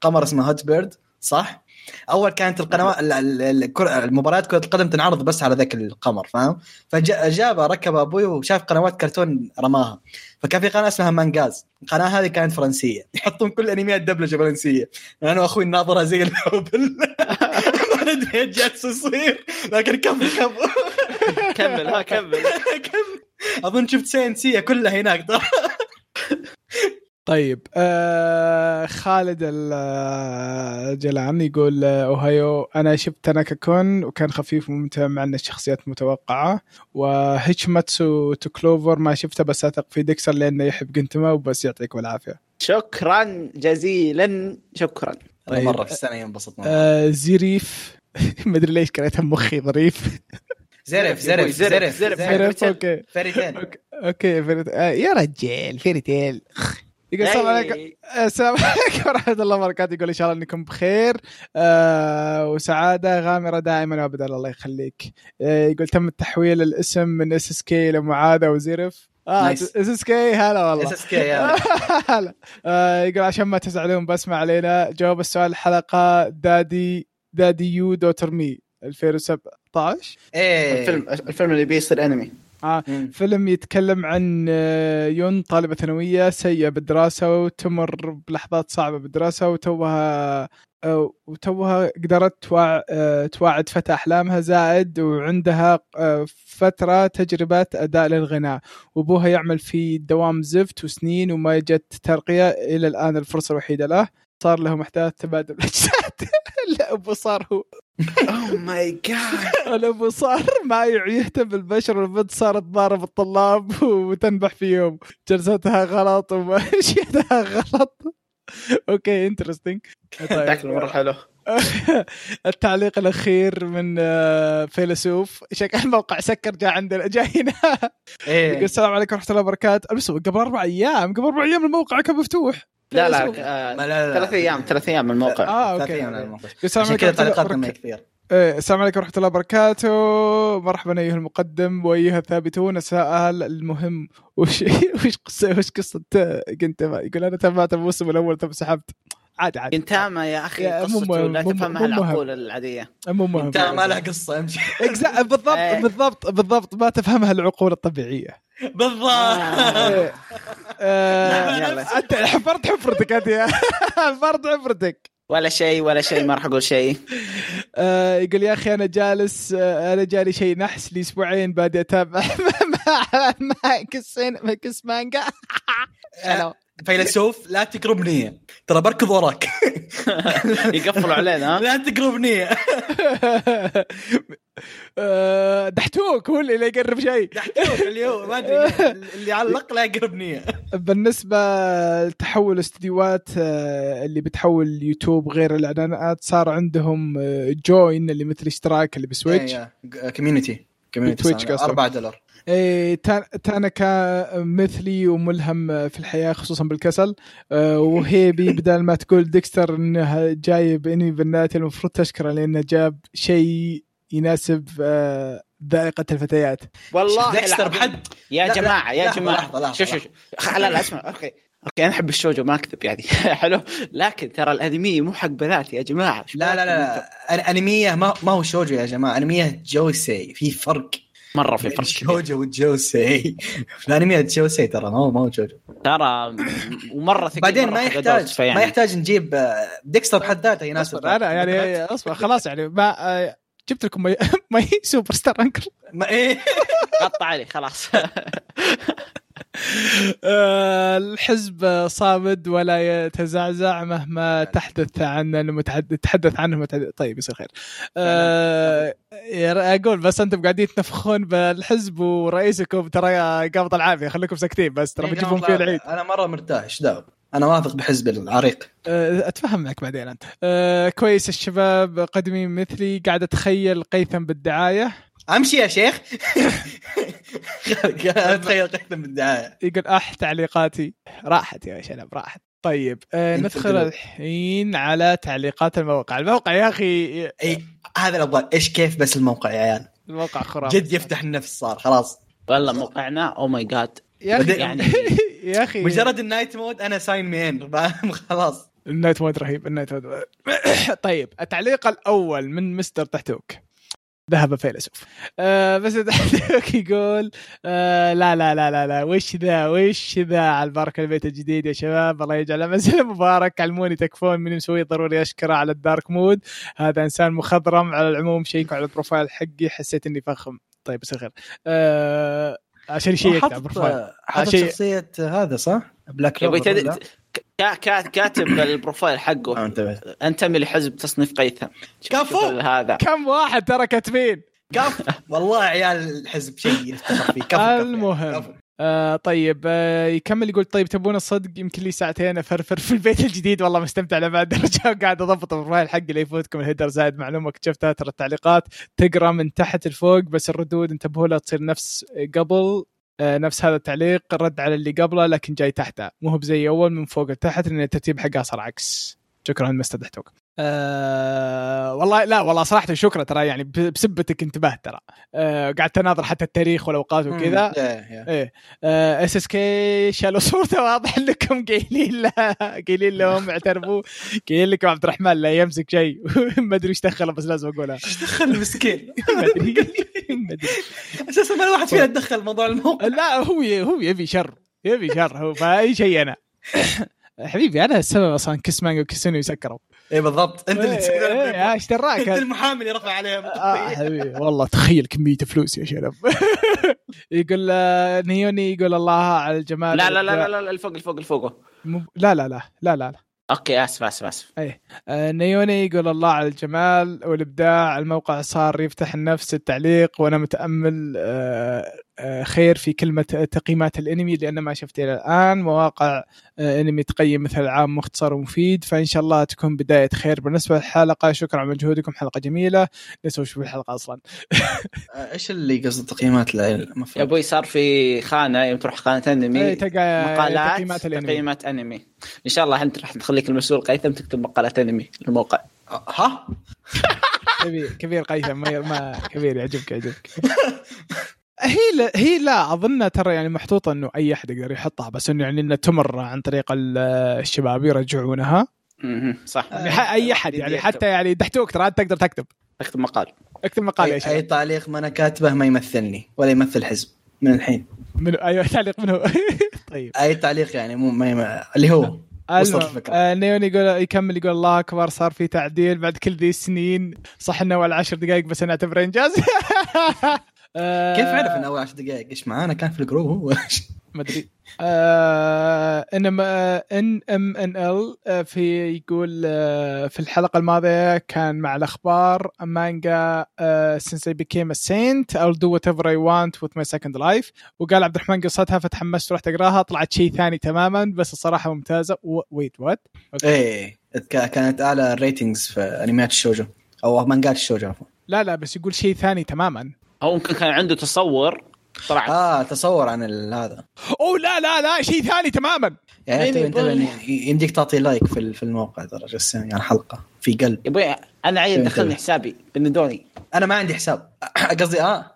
C: قمر اسمه هوت بيرد صح؟ اول كانت القنوات ال- ال- الكرة- المباريات كره القدم تنعرض بس على ذاك القمر فاهم؟ فجابه ركب ابوي وشاف قنوات كرتون رماها فكان في قناه اسمها مانجاز القناه هذه كانت فرنسيه يحطون كل انميات دبلجه فرنسيه انا واخوي ناظرها زي الهبل ما ندري ايش جالس يصير لكن كمل كمل
B: كمل ها كمل
C: كمل اظن شفت سينسية كلها هناك طيب. ترى
A: طيب آه خالد ال- جلال يقول اوهايو انا شفت تاناكا كون وكان خفيف وممتع مع ان الشخصيات متوقعه وهيتشماتسو تو كلوفر ما شفته بس اثق في ديكسر لانه يحب جنتما وبس يعطيكم العافيه
B: شكرا جزيلا شكرا
C: أنا مره في السنه ينبسط مرة.
A: آه زريف ما ادري ليش كرهتها مخي ظريف
C: زرف زرف زرف زرف إيه،
A: زرف اوكي
C: فريتين
A: أوكي. اوكي فيري- آه، يا رجال فيري تيل يقول السلام عليكم
B: أي.
A: السلام عليكم ورحمه الله وبركاته يقول ان شاء الله انكم بخير آه وسعاده غامره دائما وابدا الله يخليك آه يقول تم التحويل الاسم من اس اس كي لمعاذه وزرف اه
C: Nice.
A: اس اس كي هلا والله
C: اس اس كي يا
A: هلا آه يقول عشان ما تزعلون بس ما علينا جواب السؤال الحلقه دادي دادي يو دوتر مي 2017
C: ايه
B: الفيلم الفيلم اللي بيصير انمي
A: آه
C: مم.
A: فيلم يتكلم عن آه، يون طالبة ثانوية سيئة بالدراسة وتمر بلحظات صعبة بالدراسة وتوها آه، وتوها قدرت توع- آه، توعد فتى أحلامها زائد وعندها آه، فترة تجربة أداء للغناء وأبوها يعمل في دوام زفت وسنين وما جت ترقية إلى الآن الفرصة الوحيدة له صار لهم أحداث تبادل الأجساد لا أبو صار هو
B: اوه ماي جاد
A: الابو صار ما يهتم بالبشر والبنت صارت تضارب الطلاب وتنبح فيهم جلستها غلط ومشيتها غلط اوكي انترستنج
B: شكله مره حلو
A: التعليق الاخير من آه، فيلسوف شكل موقع سكر جاء عندنا جاء هنا يقول
C: ايه
A: السلام عليكم ورحمه الله وبركاته بس قبل اربع ايام قبل اربع ايام الموقع كان مفتوح
B: لا لا
A: فيلسوف.
B: آه،
C: ما لا لا
B: ثلاث ايام ثلاث ايام من الموقع
A: اه
C: ثلاث
A: اوكي
C: ايام على
A: يقول
C: الموقع.
A: السلام
C: عشان
A: عليكم
C: كذا
A: ورحمه الله
C: تعليقاتنا
A: وبركاته
C: ما كثير
A: إيه، السلام عليكم ورحمة الله وبركاته مرحبا أيها المقدم وأيها الثابتون أسأل المهم وش وش قصة وش قصة جنتما يقول أنا تابعت الموسم الأول ثم سحبت عادي عادي
B: جنتاما يا اخي
A: يا، مو
B: قصته
A: مهم،
B: لا
A: مو
B: تفهمها
A: مهم.
B: العقول العاديه
A: مو مهم
C: انت ما له قصه امشي
A: Exa- بالضبط
B: إيه.
A: بالضبط بالضبط ما تفهمها العقول الطبيعية
C: بالضبط
A: إيه. آه،
B: نعم، يلا.
A: أنت حفرت حفرتك أنت يا حفرت حفرتك
B: ولا شيء ولا شيء ما راح اقول شيء
A: آه، يقول يا اخي انا جالس آه، انا جالي شيء نحس لي اسبوعين بادي اتابع ما كس مانجا حلو.
C: فيلسوف لا تقرب نية ترى بركض وراك
B: يقفلوا علينا ها
C: لا تقرب نية
A: آه، دحتوك هو اللي لا يقرب شيء
C: دحتوك اليوم ما ادري اللي علق لا يقرب نية
A: بالنسبه لتحول الاستديوهات آه، اللي بتحول اليوتيوب غير الاعلانات صار عندهم آه، جوين اللي مثل اشتراك اللي بسويتش
C: إيه، كوميونتي
A: Twitch
C: كوميونتي
A: قصدك.
C: 4 دولار
A: إيه، تا- تانكا آه، مثلي وملهم آه، في الحياه خصوصا بالكسل أه، وهيبي بدل ما تقول ديكستر انه جايب انمي بنات المفروض تشكره لانه جاب شيء يناسب أه، ذائقه الفتيات
B: والله
C: ديكستر
B: العظيم.
C: بحد
B: يا
C: لا، لا،
B: جماعه يا
C: لحظة،
B: جماعه
C: لحظة، لحظة،
B: شوف شوف شوف. لا لا اسمع اوكي اوكي انا احب الشوجو ما اكذب يعني حلو لكن ترى الانمي مو حق بنات يا جماعه شو
C: لا لا لا أنا- انميه ما ما هو شوجو يا جماعه انميه جوسي في فرق
B: مره في فرق كبير.
C: شوجو وجوسي الانميه جوسي ترى ما هو ما هو شوجو
B: ترى ومره ثقيل
C: بعدين
B: مرة يعني.
C: ما
B: حق
C: يحتاج
B: adults، فيعني
C: ما يحتاج نجيب آه، ديكستر بحد ذاته يناسب
A: اصبر انا يعني اصبر خلاص يعني ما أه، جبت لكم مي- مي سوبر ستار انكل
C: ما ايه
B: قطع علي خلاص
A: أه، الحزب صامد ولا يتزعزع مهما تحدث عن المتحدث تحدث عنه المتحدث طيب يصير خير أه، يا- اقول بس انتم قاعدين تنفخون بالحزب ورئيسكم ترى يا قابط العافيه خليكم ساكتين بس
C: إيه،
A: ترى بتجيبون فيه العيد
C: انا مره مرتاح ايش دعوه انا واثق بحزب العريق
A: أه، اتفهم معك بعدين انت أه، كويس الشباب قدمين مثلي قاعد اتخيل قيثم بالدعايه
C: امشي يا شيخ تخيل قدم بالدعايه
A: يقول اح تعليقاتي راحت يا شنب راحت طيب أه،
C: أنت
A: ندخل
C: قلوب.
A: الحين على تعليقات الموقع الموقع يا اخي
C: اي هذا اللي ابغاه ايش كيف بس الموقع يا عيال
A: الواقع خرافي
C: جد يفتح النفس صار خلاص
A: إيه.
B: والله موقعنا او ماي جاد
A: يا اخي
C: بدأ-
A: يعني
B: يعني
A: يا اخي
C: مجرد النايت مود انا ساين مين فاهم خلاص
A: النايت مود رهيب النايت مود طيب التعليق الاول من مستر تحتوك ذهب فيلسوف آه بس تحتوك يقول آه لا لا لا لا لا وش ذا وش ذا على البركه البيت الجديد يا شباب الله يجعله منزل مبارك علموني تكفون من مسوي ضروري اشكره على الدارك مود هذا انسان مخضرم على العموم شيكوا على البروفايل حقي حسيت اني فخم طيب يصير خير آه عشان يشيك على
C: حاطط
A: البروفايل
C: آه، حاطط
A: شيء-
C: شخصيه هذا صح؟ بلاك
B: يبغى
C: كلوفر ولا؟
B: تد- كا- كا- كاتب البروفايل
C: ما
A: آه.
B: حقه
C: انتبهت
B: انتمي لحزب تصنيف قيثم شوف-
C: كفو!
B: شوف هذا
A: كم واحد ترى كاتبين
C: كف والله عيال الحزب شيء يفتخر فيه يعني، كفو، كفو
A: المهم.
C: كفو.
A: آه طيب آه يكمل يقول طيب تبون الصدق يمكن لي ساعتين افرفر في البيت الجديد والله مستمتع لما الدرجه وقاعد اضبط البروفايل حقي لا يفوتكم الهيدر زائد معلومه اكتشفتها ترى التعليقات تقرا من تحت لفوق بس الردود انتبهوا لها تصير نفس قبل آه نفس هذا التعليق الرد على اللي قبله لكن جاي تحته مو هو بزي اول من فوق لتحت لان الترتيب حقها صار عكس شكرا ما استدحتوك آه والله لا والله صراحه شكرا ترى يعني ب- بسبتك انتبهت ترى آه قعدت اناظر حتى التاريخ والاوقات وكذا
C: إيه، إيه.
A: اس اس كي شالوا صورته واضح انكم قايلين له قايلين لهم اعترفوا قايلين لكم عبد الرحمن لا يمسك شيء ما ادري ايش دخله بس لازم اقولها
C: دخل مسكين
A: ما ادري ما أدري.
C: اساسا ما واحد فينا تدخل موضوع الموقع
A: لا هو ي- هو يبي شر يبي شر هو فاي شيء انا حبيبي انا السبب اصلا كس مانجا وكسوني سكروا
C: اي إيه، بالضبط انت اللي تسكر
A: إيه، إيه،
C: الباب.
A: ايش دراك
C: انت المحامي اللي رفع عليهم
A: آه حبيبي والله تخيل كمية فلوس يا شرف يقول آه، نيوني يقول الله على الجمال
B: لا لا لا لا لا الفوق الفوق الفوق
A: مو- لا لا لا لا لا
B: اوكي اسف اسف اسف
A: آه، نيوني يقول الله على الجمال والابداع الموقع صار يفتح النفس التعليق وانا متامل آه، آه، خير في كلمه تقييمات الانمي لان ما شفت الى الان مواقع آه، انمي تقيم مثل العام مختصر ومفيد فان شاء الله تكون بدايه خير بالنسبه للحلقه شكرا على مجهودكم حلقه جميله نسوا شوف الحلقه اصلا
C: آه، ايش اللي قصد تقييمات العيال؟ ما
B: يا
C: فهمت.
B: ابوي صار في خانه يوم تروح خانه
A: إيه،
B: انمي
A: تقع-
B: مقالات
A: تقييمات
B: تقييمات
A: الانمي
B: انمي تقييمات انمي ان شاء الله انت راح نخليك المسؤول قيثم تكتب مقالات انمي للموقع
C: آه، ها؟
A: كبير كبير قيثم ما, ما كبير يعجبك يعجبك هي لا هي لا اظن ترى يعني محطوطه انه اي احد يقدر يحطها بس انه يعني انه تمر عن طريق ال- الشباب يرجعونها
B: مهم، صح
A: يعني ح-
C: آه،
A: اي احد يعني حتى يعني دحتوك ترى أنت تقدر تكتب
B: اكتب مقال
A: اكتب مقال يا
C: اي أي
A: شباب
C: تعليق ما انا كاتبه ما يمثلني ولا يمثل الحزب من الحين
A: من ايوه تعليق منه طيب
C: اي تعليق يعني مو ما يم... اللي هو وصلت
A: المهم،
C: الفكرة.
A: آه، نيون يقول يكمل يقول الله اكبر صار في تعديل بعد كل ذي السنين صح انه اول 10 دقائق بس انا اعتبره انجاز آه،
C: كيف عرف انه اول 10 دقائق ايش معانا كان في الجروب هو
A: ما ادري آه، ان ان ام ان ال آه، في يقول آه، في الحلقه الماضيه كان مع الاخبار مانجا سينس اي بيكيم سينت او دو وات ايفر اي وانت وذ ماي سكند لايف وقال عبد الرحمن قصتها فتحمست ورحت اقراها طلعت شيء ثاني تماما بس الصراحه ممتازه ويت وات
C: ايه ك- كانت اعلى ريتنجز في انميات الشوجو او مانجات الشوجو عفوا
A: لا لا بس يقول شيء ثاني تماما
B: هو ممكن كان عنده تصور طلع
A: آه.
C: اه تصور عن ال- هذا
A: اوه لا لا لا شيء ثاني تماما
C: يعني
B: مين
C: انت- انت-
B: يقول؟
C: ي- يمديك تعطي لايك في ال- في الموقع ترى جس يعني حلقه في قلب
B: يا ابوي انا عيل
C: انتبه.
B: دخلني حسابي بندوني
C: انا ما عندي حساب قصدي اه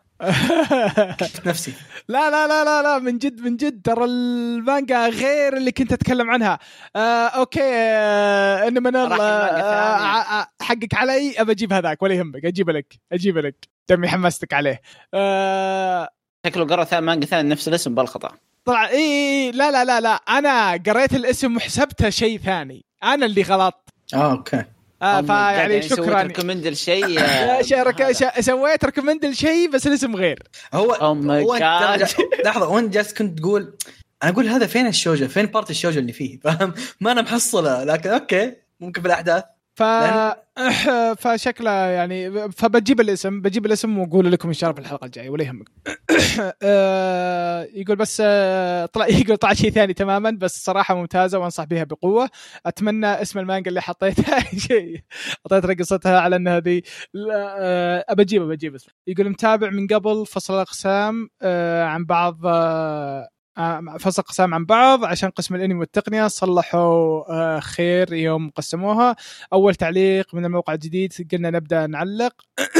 C: شفت نفسي
A: لا لا لا لا لا من جد من جد ترى المانجا غير اللي كنت اتكلم عنها آه اوكي آه انما انا
B: راح المانجا
A: آه،
B: ثانية.
A: آه، آه، حقك علي ابى اجيب هذاك ولا يهمك اجيبه لك اجيبه لك دمي حمستك عليه آه
B: شكله قرا ثاني مانجا ثاني نفس الاسم بالخطا
A: طلع إي- اي لا لا لا لا انا قريت الاسم وحسبته شيء ثاني انا اللي غلط
C: اه اوكي
A: آه
B: هم قاعد يعني
A: فيعني شكرا
B: سويت آه، ريكومند لشيء
A: يا شيء رك-
B: هذا.
A: ش- سويت ريكومند لشيء بس الاسم غير
C: هو
B: Oh my
C: هو أنت-
B: God.
C: لحظه وانت جالس كنت تقول انا اقول هذا فين الشوجه؟ فين بارت الشوجه اللي فيه؟ فاهم؟ ما انا محصله لكن اوكي ممكن بالاحداث
A: ف
C: لأن-
A: فشكله يعني فبجيب الاسم بجيب الاسم واقول لكم ان شاء الله في الحلقه الجايه ولا يهمك آه، يقول بس آه، طلع يقول طلع شيء ثاني تماما بس صراحه ممتازه وانصح بها بقوه اتمنى اسم المانجا اللي حطيتها شيء حطيت رقصتها على انها ذي لا، آه، ابى اجيبه بجيب اسم يقول متابع من قبل فصل الاقسام آه، عن بعض آه، آه، فصل اقسام عن بعض عشان قسم الانمي والتقنيه صلحوا آه، خير يوم قسموها اول تعليق من الموقع الجديد قلنا نبدا نعلق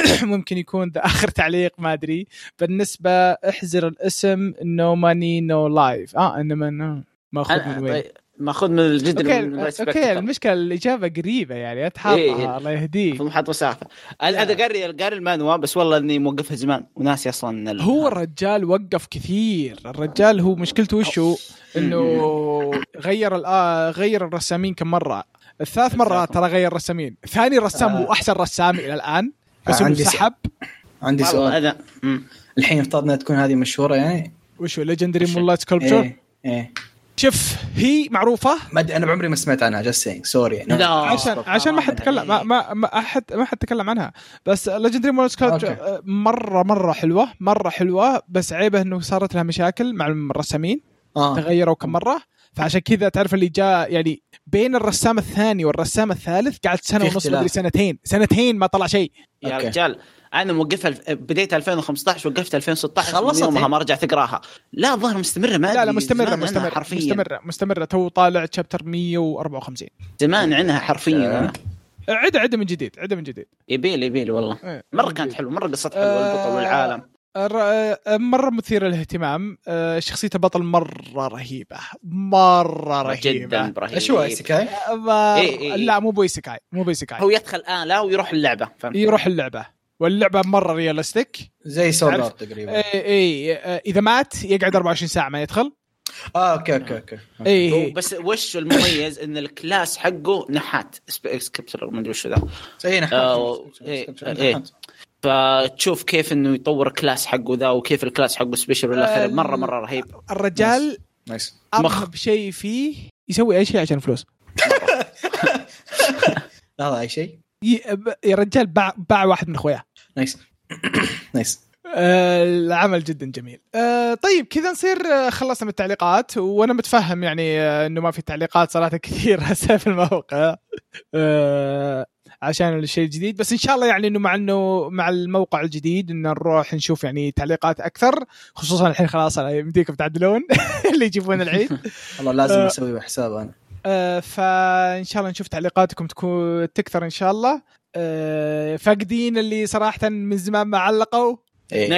A: ممكن يكون ذا اخر تعليق ما ادري بالنسبه احزر الاسم نو ماني نو لايف اه انما no. ماخذ من وين
B: طيب، ماخذ من الجد
A: اوكي اوكي المشكله الاجابه قريبه يعني اتحاطها
B: إيه.
A: الله يهديك
B: المفروض حاط مسافه
A: نعم.
B: انا أنا قاري قاري المانوا بس والله اني موقفها زمان وناسي اصلا ال-
A: هو الرجال وقف كثير الرجال هو مشكلته وش هو انه غير الآ- غير الرسامين كم مره الثالث مره ترى غير الرسامين ثاني رسام هو احسن رسام الى الان بس
C: آه،
A: انه
C: عندي س-
A: سحب
C: عندي
B: والله
C: سؤال
B: انا مم.
C: الحين افترضنا تكون هذه مشهوره يعني إيه.
A: وش هو ليجندري مونلايت سكولبتشر
C: ايه ايه
A: شوف هي معروفه
C: ما أدري، انا بعمري ما سمعت عنها جاست سينج سوري
B: لا
A: نعم. عشان عشان ما حد تكلم ما, ما, ما احد ما حد تكلم عنها بس ليجندري مورس
C: أوكي.
A: مره مره حلوه مره حلوه بس عيبه انه صارت لها مشاكل مع الرسامين
C: آه.
A: تغيروا كم مره فعشان كذا تعرف اللي جاء يعني بين الرسام الثاني والرسام الثالث قعدت سنه
C: في
A: ونص
C: اختلاف.
A: مدري سنتين سنتين ما طلع شيء
B: يا
C: أوكي.
B: رجال انا موقفها الف- بديت 2015 وقفت 2016
C: خلصت
B: خلصت يومها
C: هي؟
B: ما رجعت اقراها لا الظاهر مستمره ما
A: لا لا
B: أدري،
A: مستمره
B: زمان عنها
A: مستمره
B: حرفيا
A: مستمره مستمره تو طالع تشابتر 154
B: زمان عنها حرفيا
A: آه.
B: أنا.
A: عد عد من جديد عد من جديد
B: يبيلي يبيلي والله
A: إيه،
B: مره
A: من
B: كانت
A: جديد.
B: حلوه مره قصتها حلوه البطل
A: آه،
B: والعالم
A: الر- آه، مره مثير للاهتمام آه، شخصيه البطل مره رهيبه مره رهيبه
B: جدا رهيب
C: ايش هو ايسيكاي؟
A: ما-
B: إيه، إيه، إيه.
A: آه، لا مو بويسكاي مو بويسكاي
B: هو يدخل آلة ويروح اللعبة فهمت؟
A: يروح اللعبه واللعبه مره ريالستيك
C: زي سولار
A: عارف-
B: إيه.
C: تقريبا
A: اي اي آه، اذا مات يقعد 24 ساعه ما يدخل إيه،
C: اه اوكي اوكي اوكي
A: اي
B: هو
A: إي.
B: بس وش المميز ان الكلاس حقه نحات سب- سكبتر ما ادري وش ذا
C: زي
B: آه، إيه، إيه. فتشوف كيف انه يطور كلاس حقه ذا وكيف الكلاس حقه سبيشل والى اخره مره مره رهيب
A: الرجال
C: نايس
B: مخ.
A: ارهب شيء فيه يسوي اي شيء عشان فلوس
C: لا لا اي شيء
A: ي- ب- يا رجال باع باع واحد من اخوياه
C: نايس نايس
A: آه، العمل جدا جميل آه، طيب كذا نصير آه، خلصنا من التعليقات وانا متفهم يعني آه، انه ما في تعليقات صراحه كثير هسه في الموقع آه، عشان الشيء الجديد بس ان شاء الله يعني انه مع انه مع الموقع الجديد ان نروح نشوف يعني تعليقات اكثر خصوصا الحين خلاص أنا يمديكم تعدلون اللي يجيبون العيد
C: والله لازم
A: آه.
C: اسوي حساب انا
A: آه، فان شاء الله نشوف تعليقاتكم تكون تكثر ان شاء الله آه، فاقدين اللي صراحه من زمان ما علقوا
C: إيه.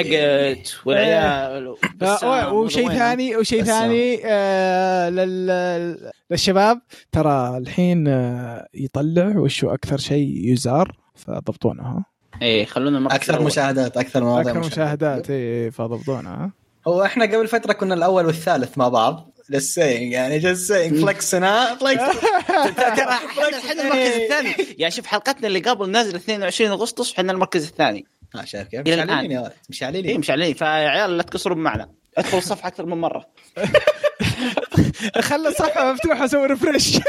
B: نقت والعيال
A: آه،
B: وبسام
A: وشيء
B: وضوينا.
A: ثاني وشيء
C: بس-
A: ثاني آه، لل- للشباب ترى الحين آه، يطلع وشو اكثر شيء يزار فضبطونا ها
B: ايه خلونا المركز
C: اكثر
B: الأول.
C: مشاهدات اكثر مواضيع
A: اكثر مشاهدات إيه، فضبطونا ها
C: هو احنا قبل فتره كنا الاول والثالث مع بععض لسه يعني جالس فلكسنا فلكس
A: آه.
B: ترى احنا إحنا المركز
A: إيه.
B: الثاني يعني شوف حلقتنا اللي قبل نازل 22 اغسطس احنا المركز الثاني
C: ها شايف كيف؟
B: إلى
C: مش
B: الآن.
C: عليني يا ولد مش
B: ايه
C: عليني
B: مش علي فعيال لا تقصروا بمعنى ادخل الصفحه اكثر من مره
A: خلى الصفحه مفتوحه اسوي ريفرش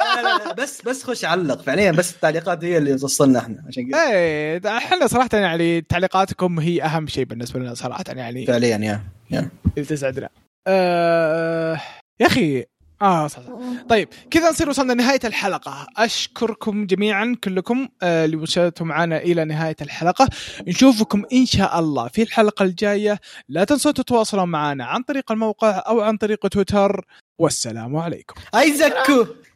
C: لا لا لا بس بس خش علق فعليا بس التعليقات هي اللي توصلنا احنا عشان
B: إيه.
C: كذا
A: ايه ده احنا صراحه يعني تعليقاتكم هي اهم شيء بالنسبه لنا صراحه يعني
C: فعليا يا يا
A: اللي تسعدنا آه يا اخي اه صح, صح. طيب كذا نصير وصلنا لنهايه الحلقه اشكركم جميعا كلكم آه، اللي وصلتوا معنا الى نهايه الحلقه نشوفكم ان شاء الله في الحلقه الجايه لا تنسوا تتواصلوا معنا عن طريق الموقع او عن طريق تويتر والسلام عليكم
C: ايزاكو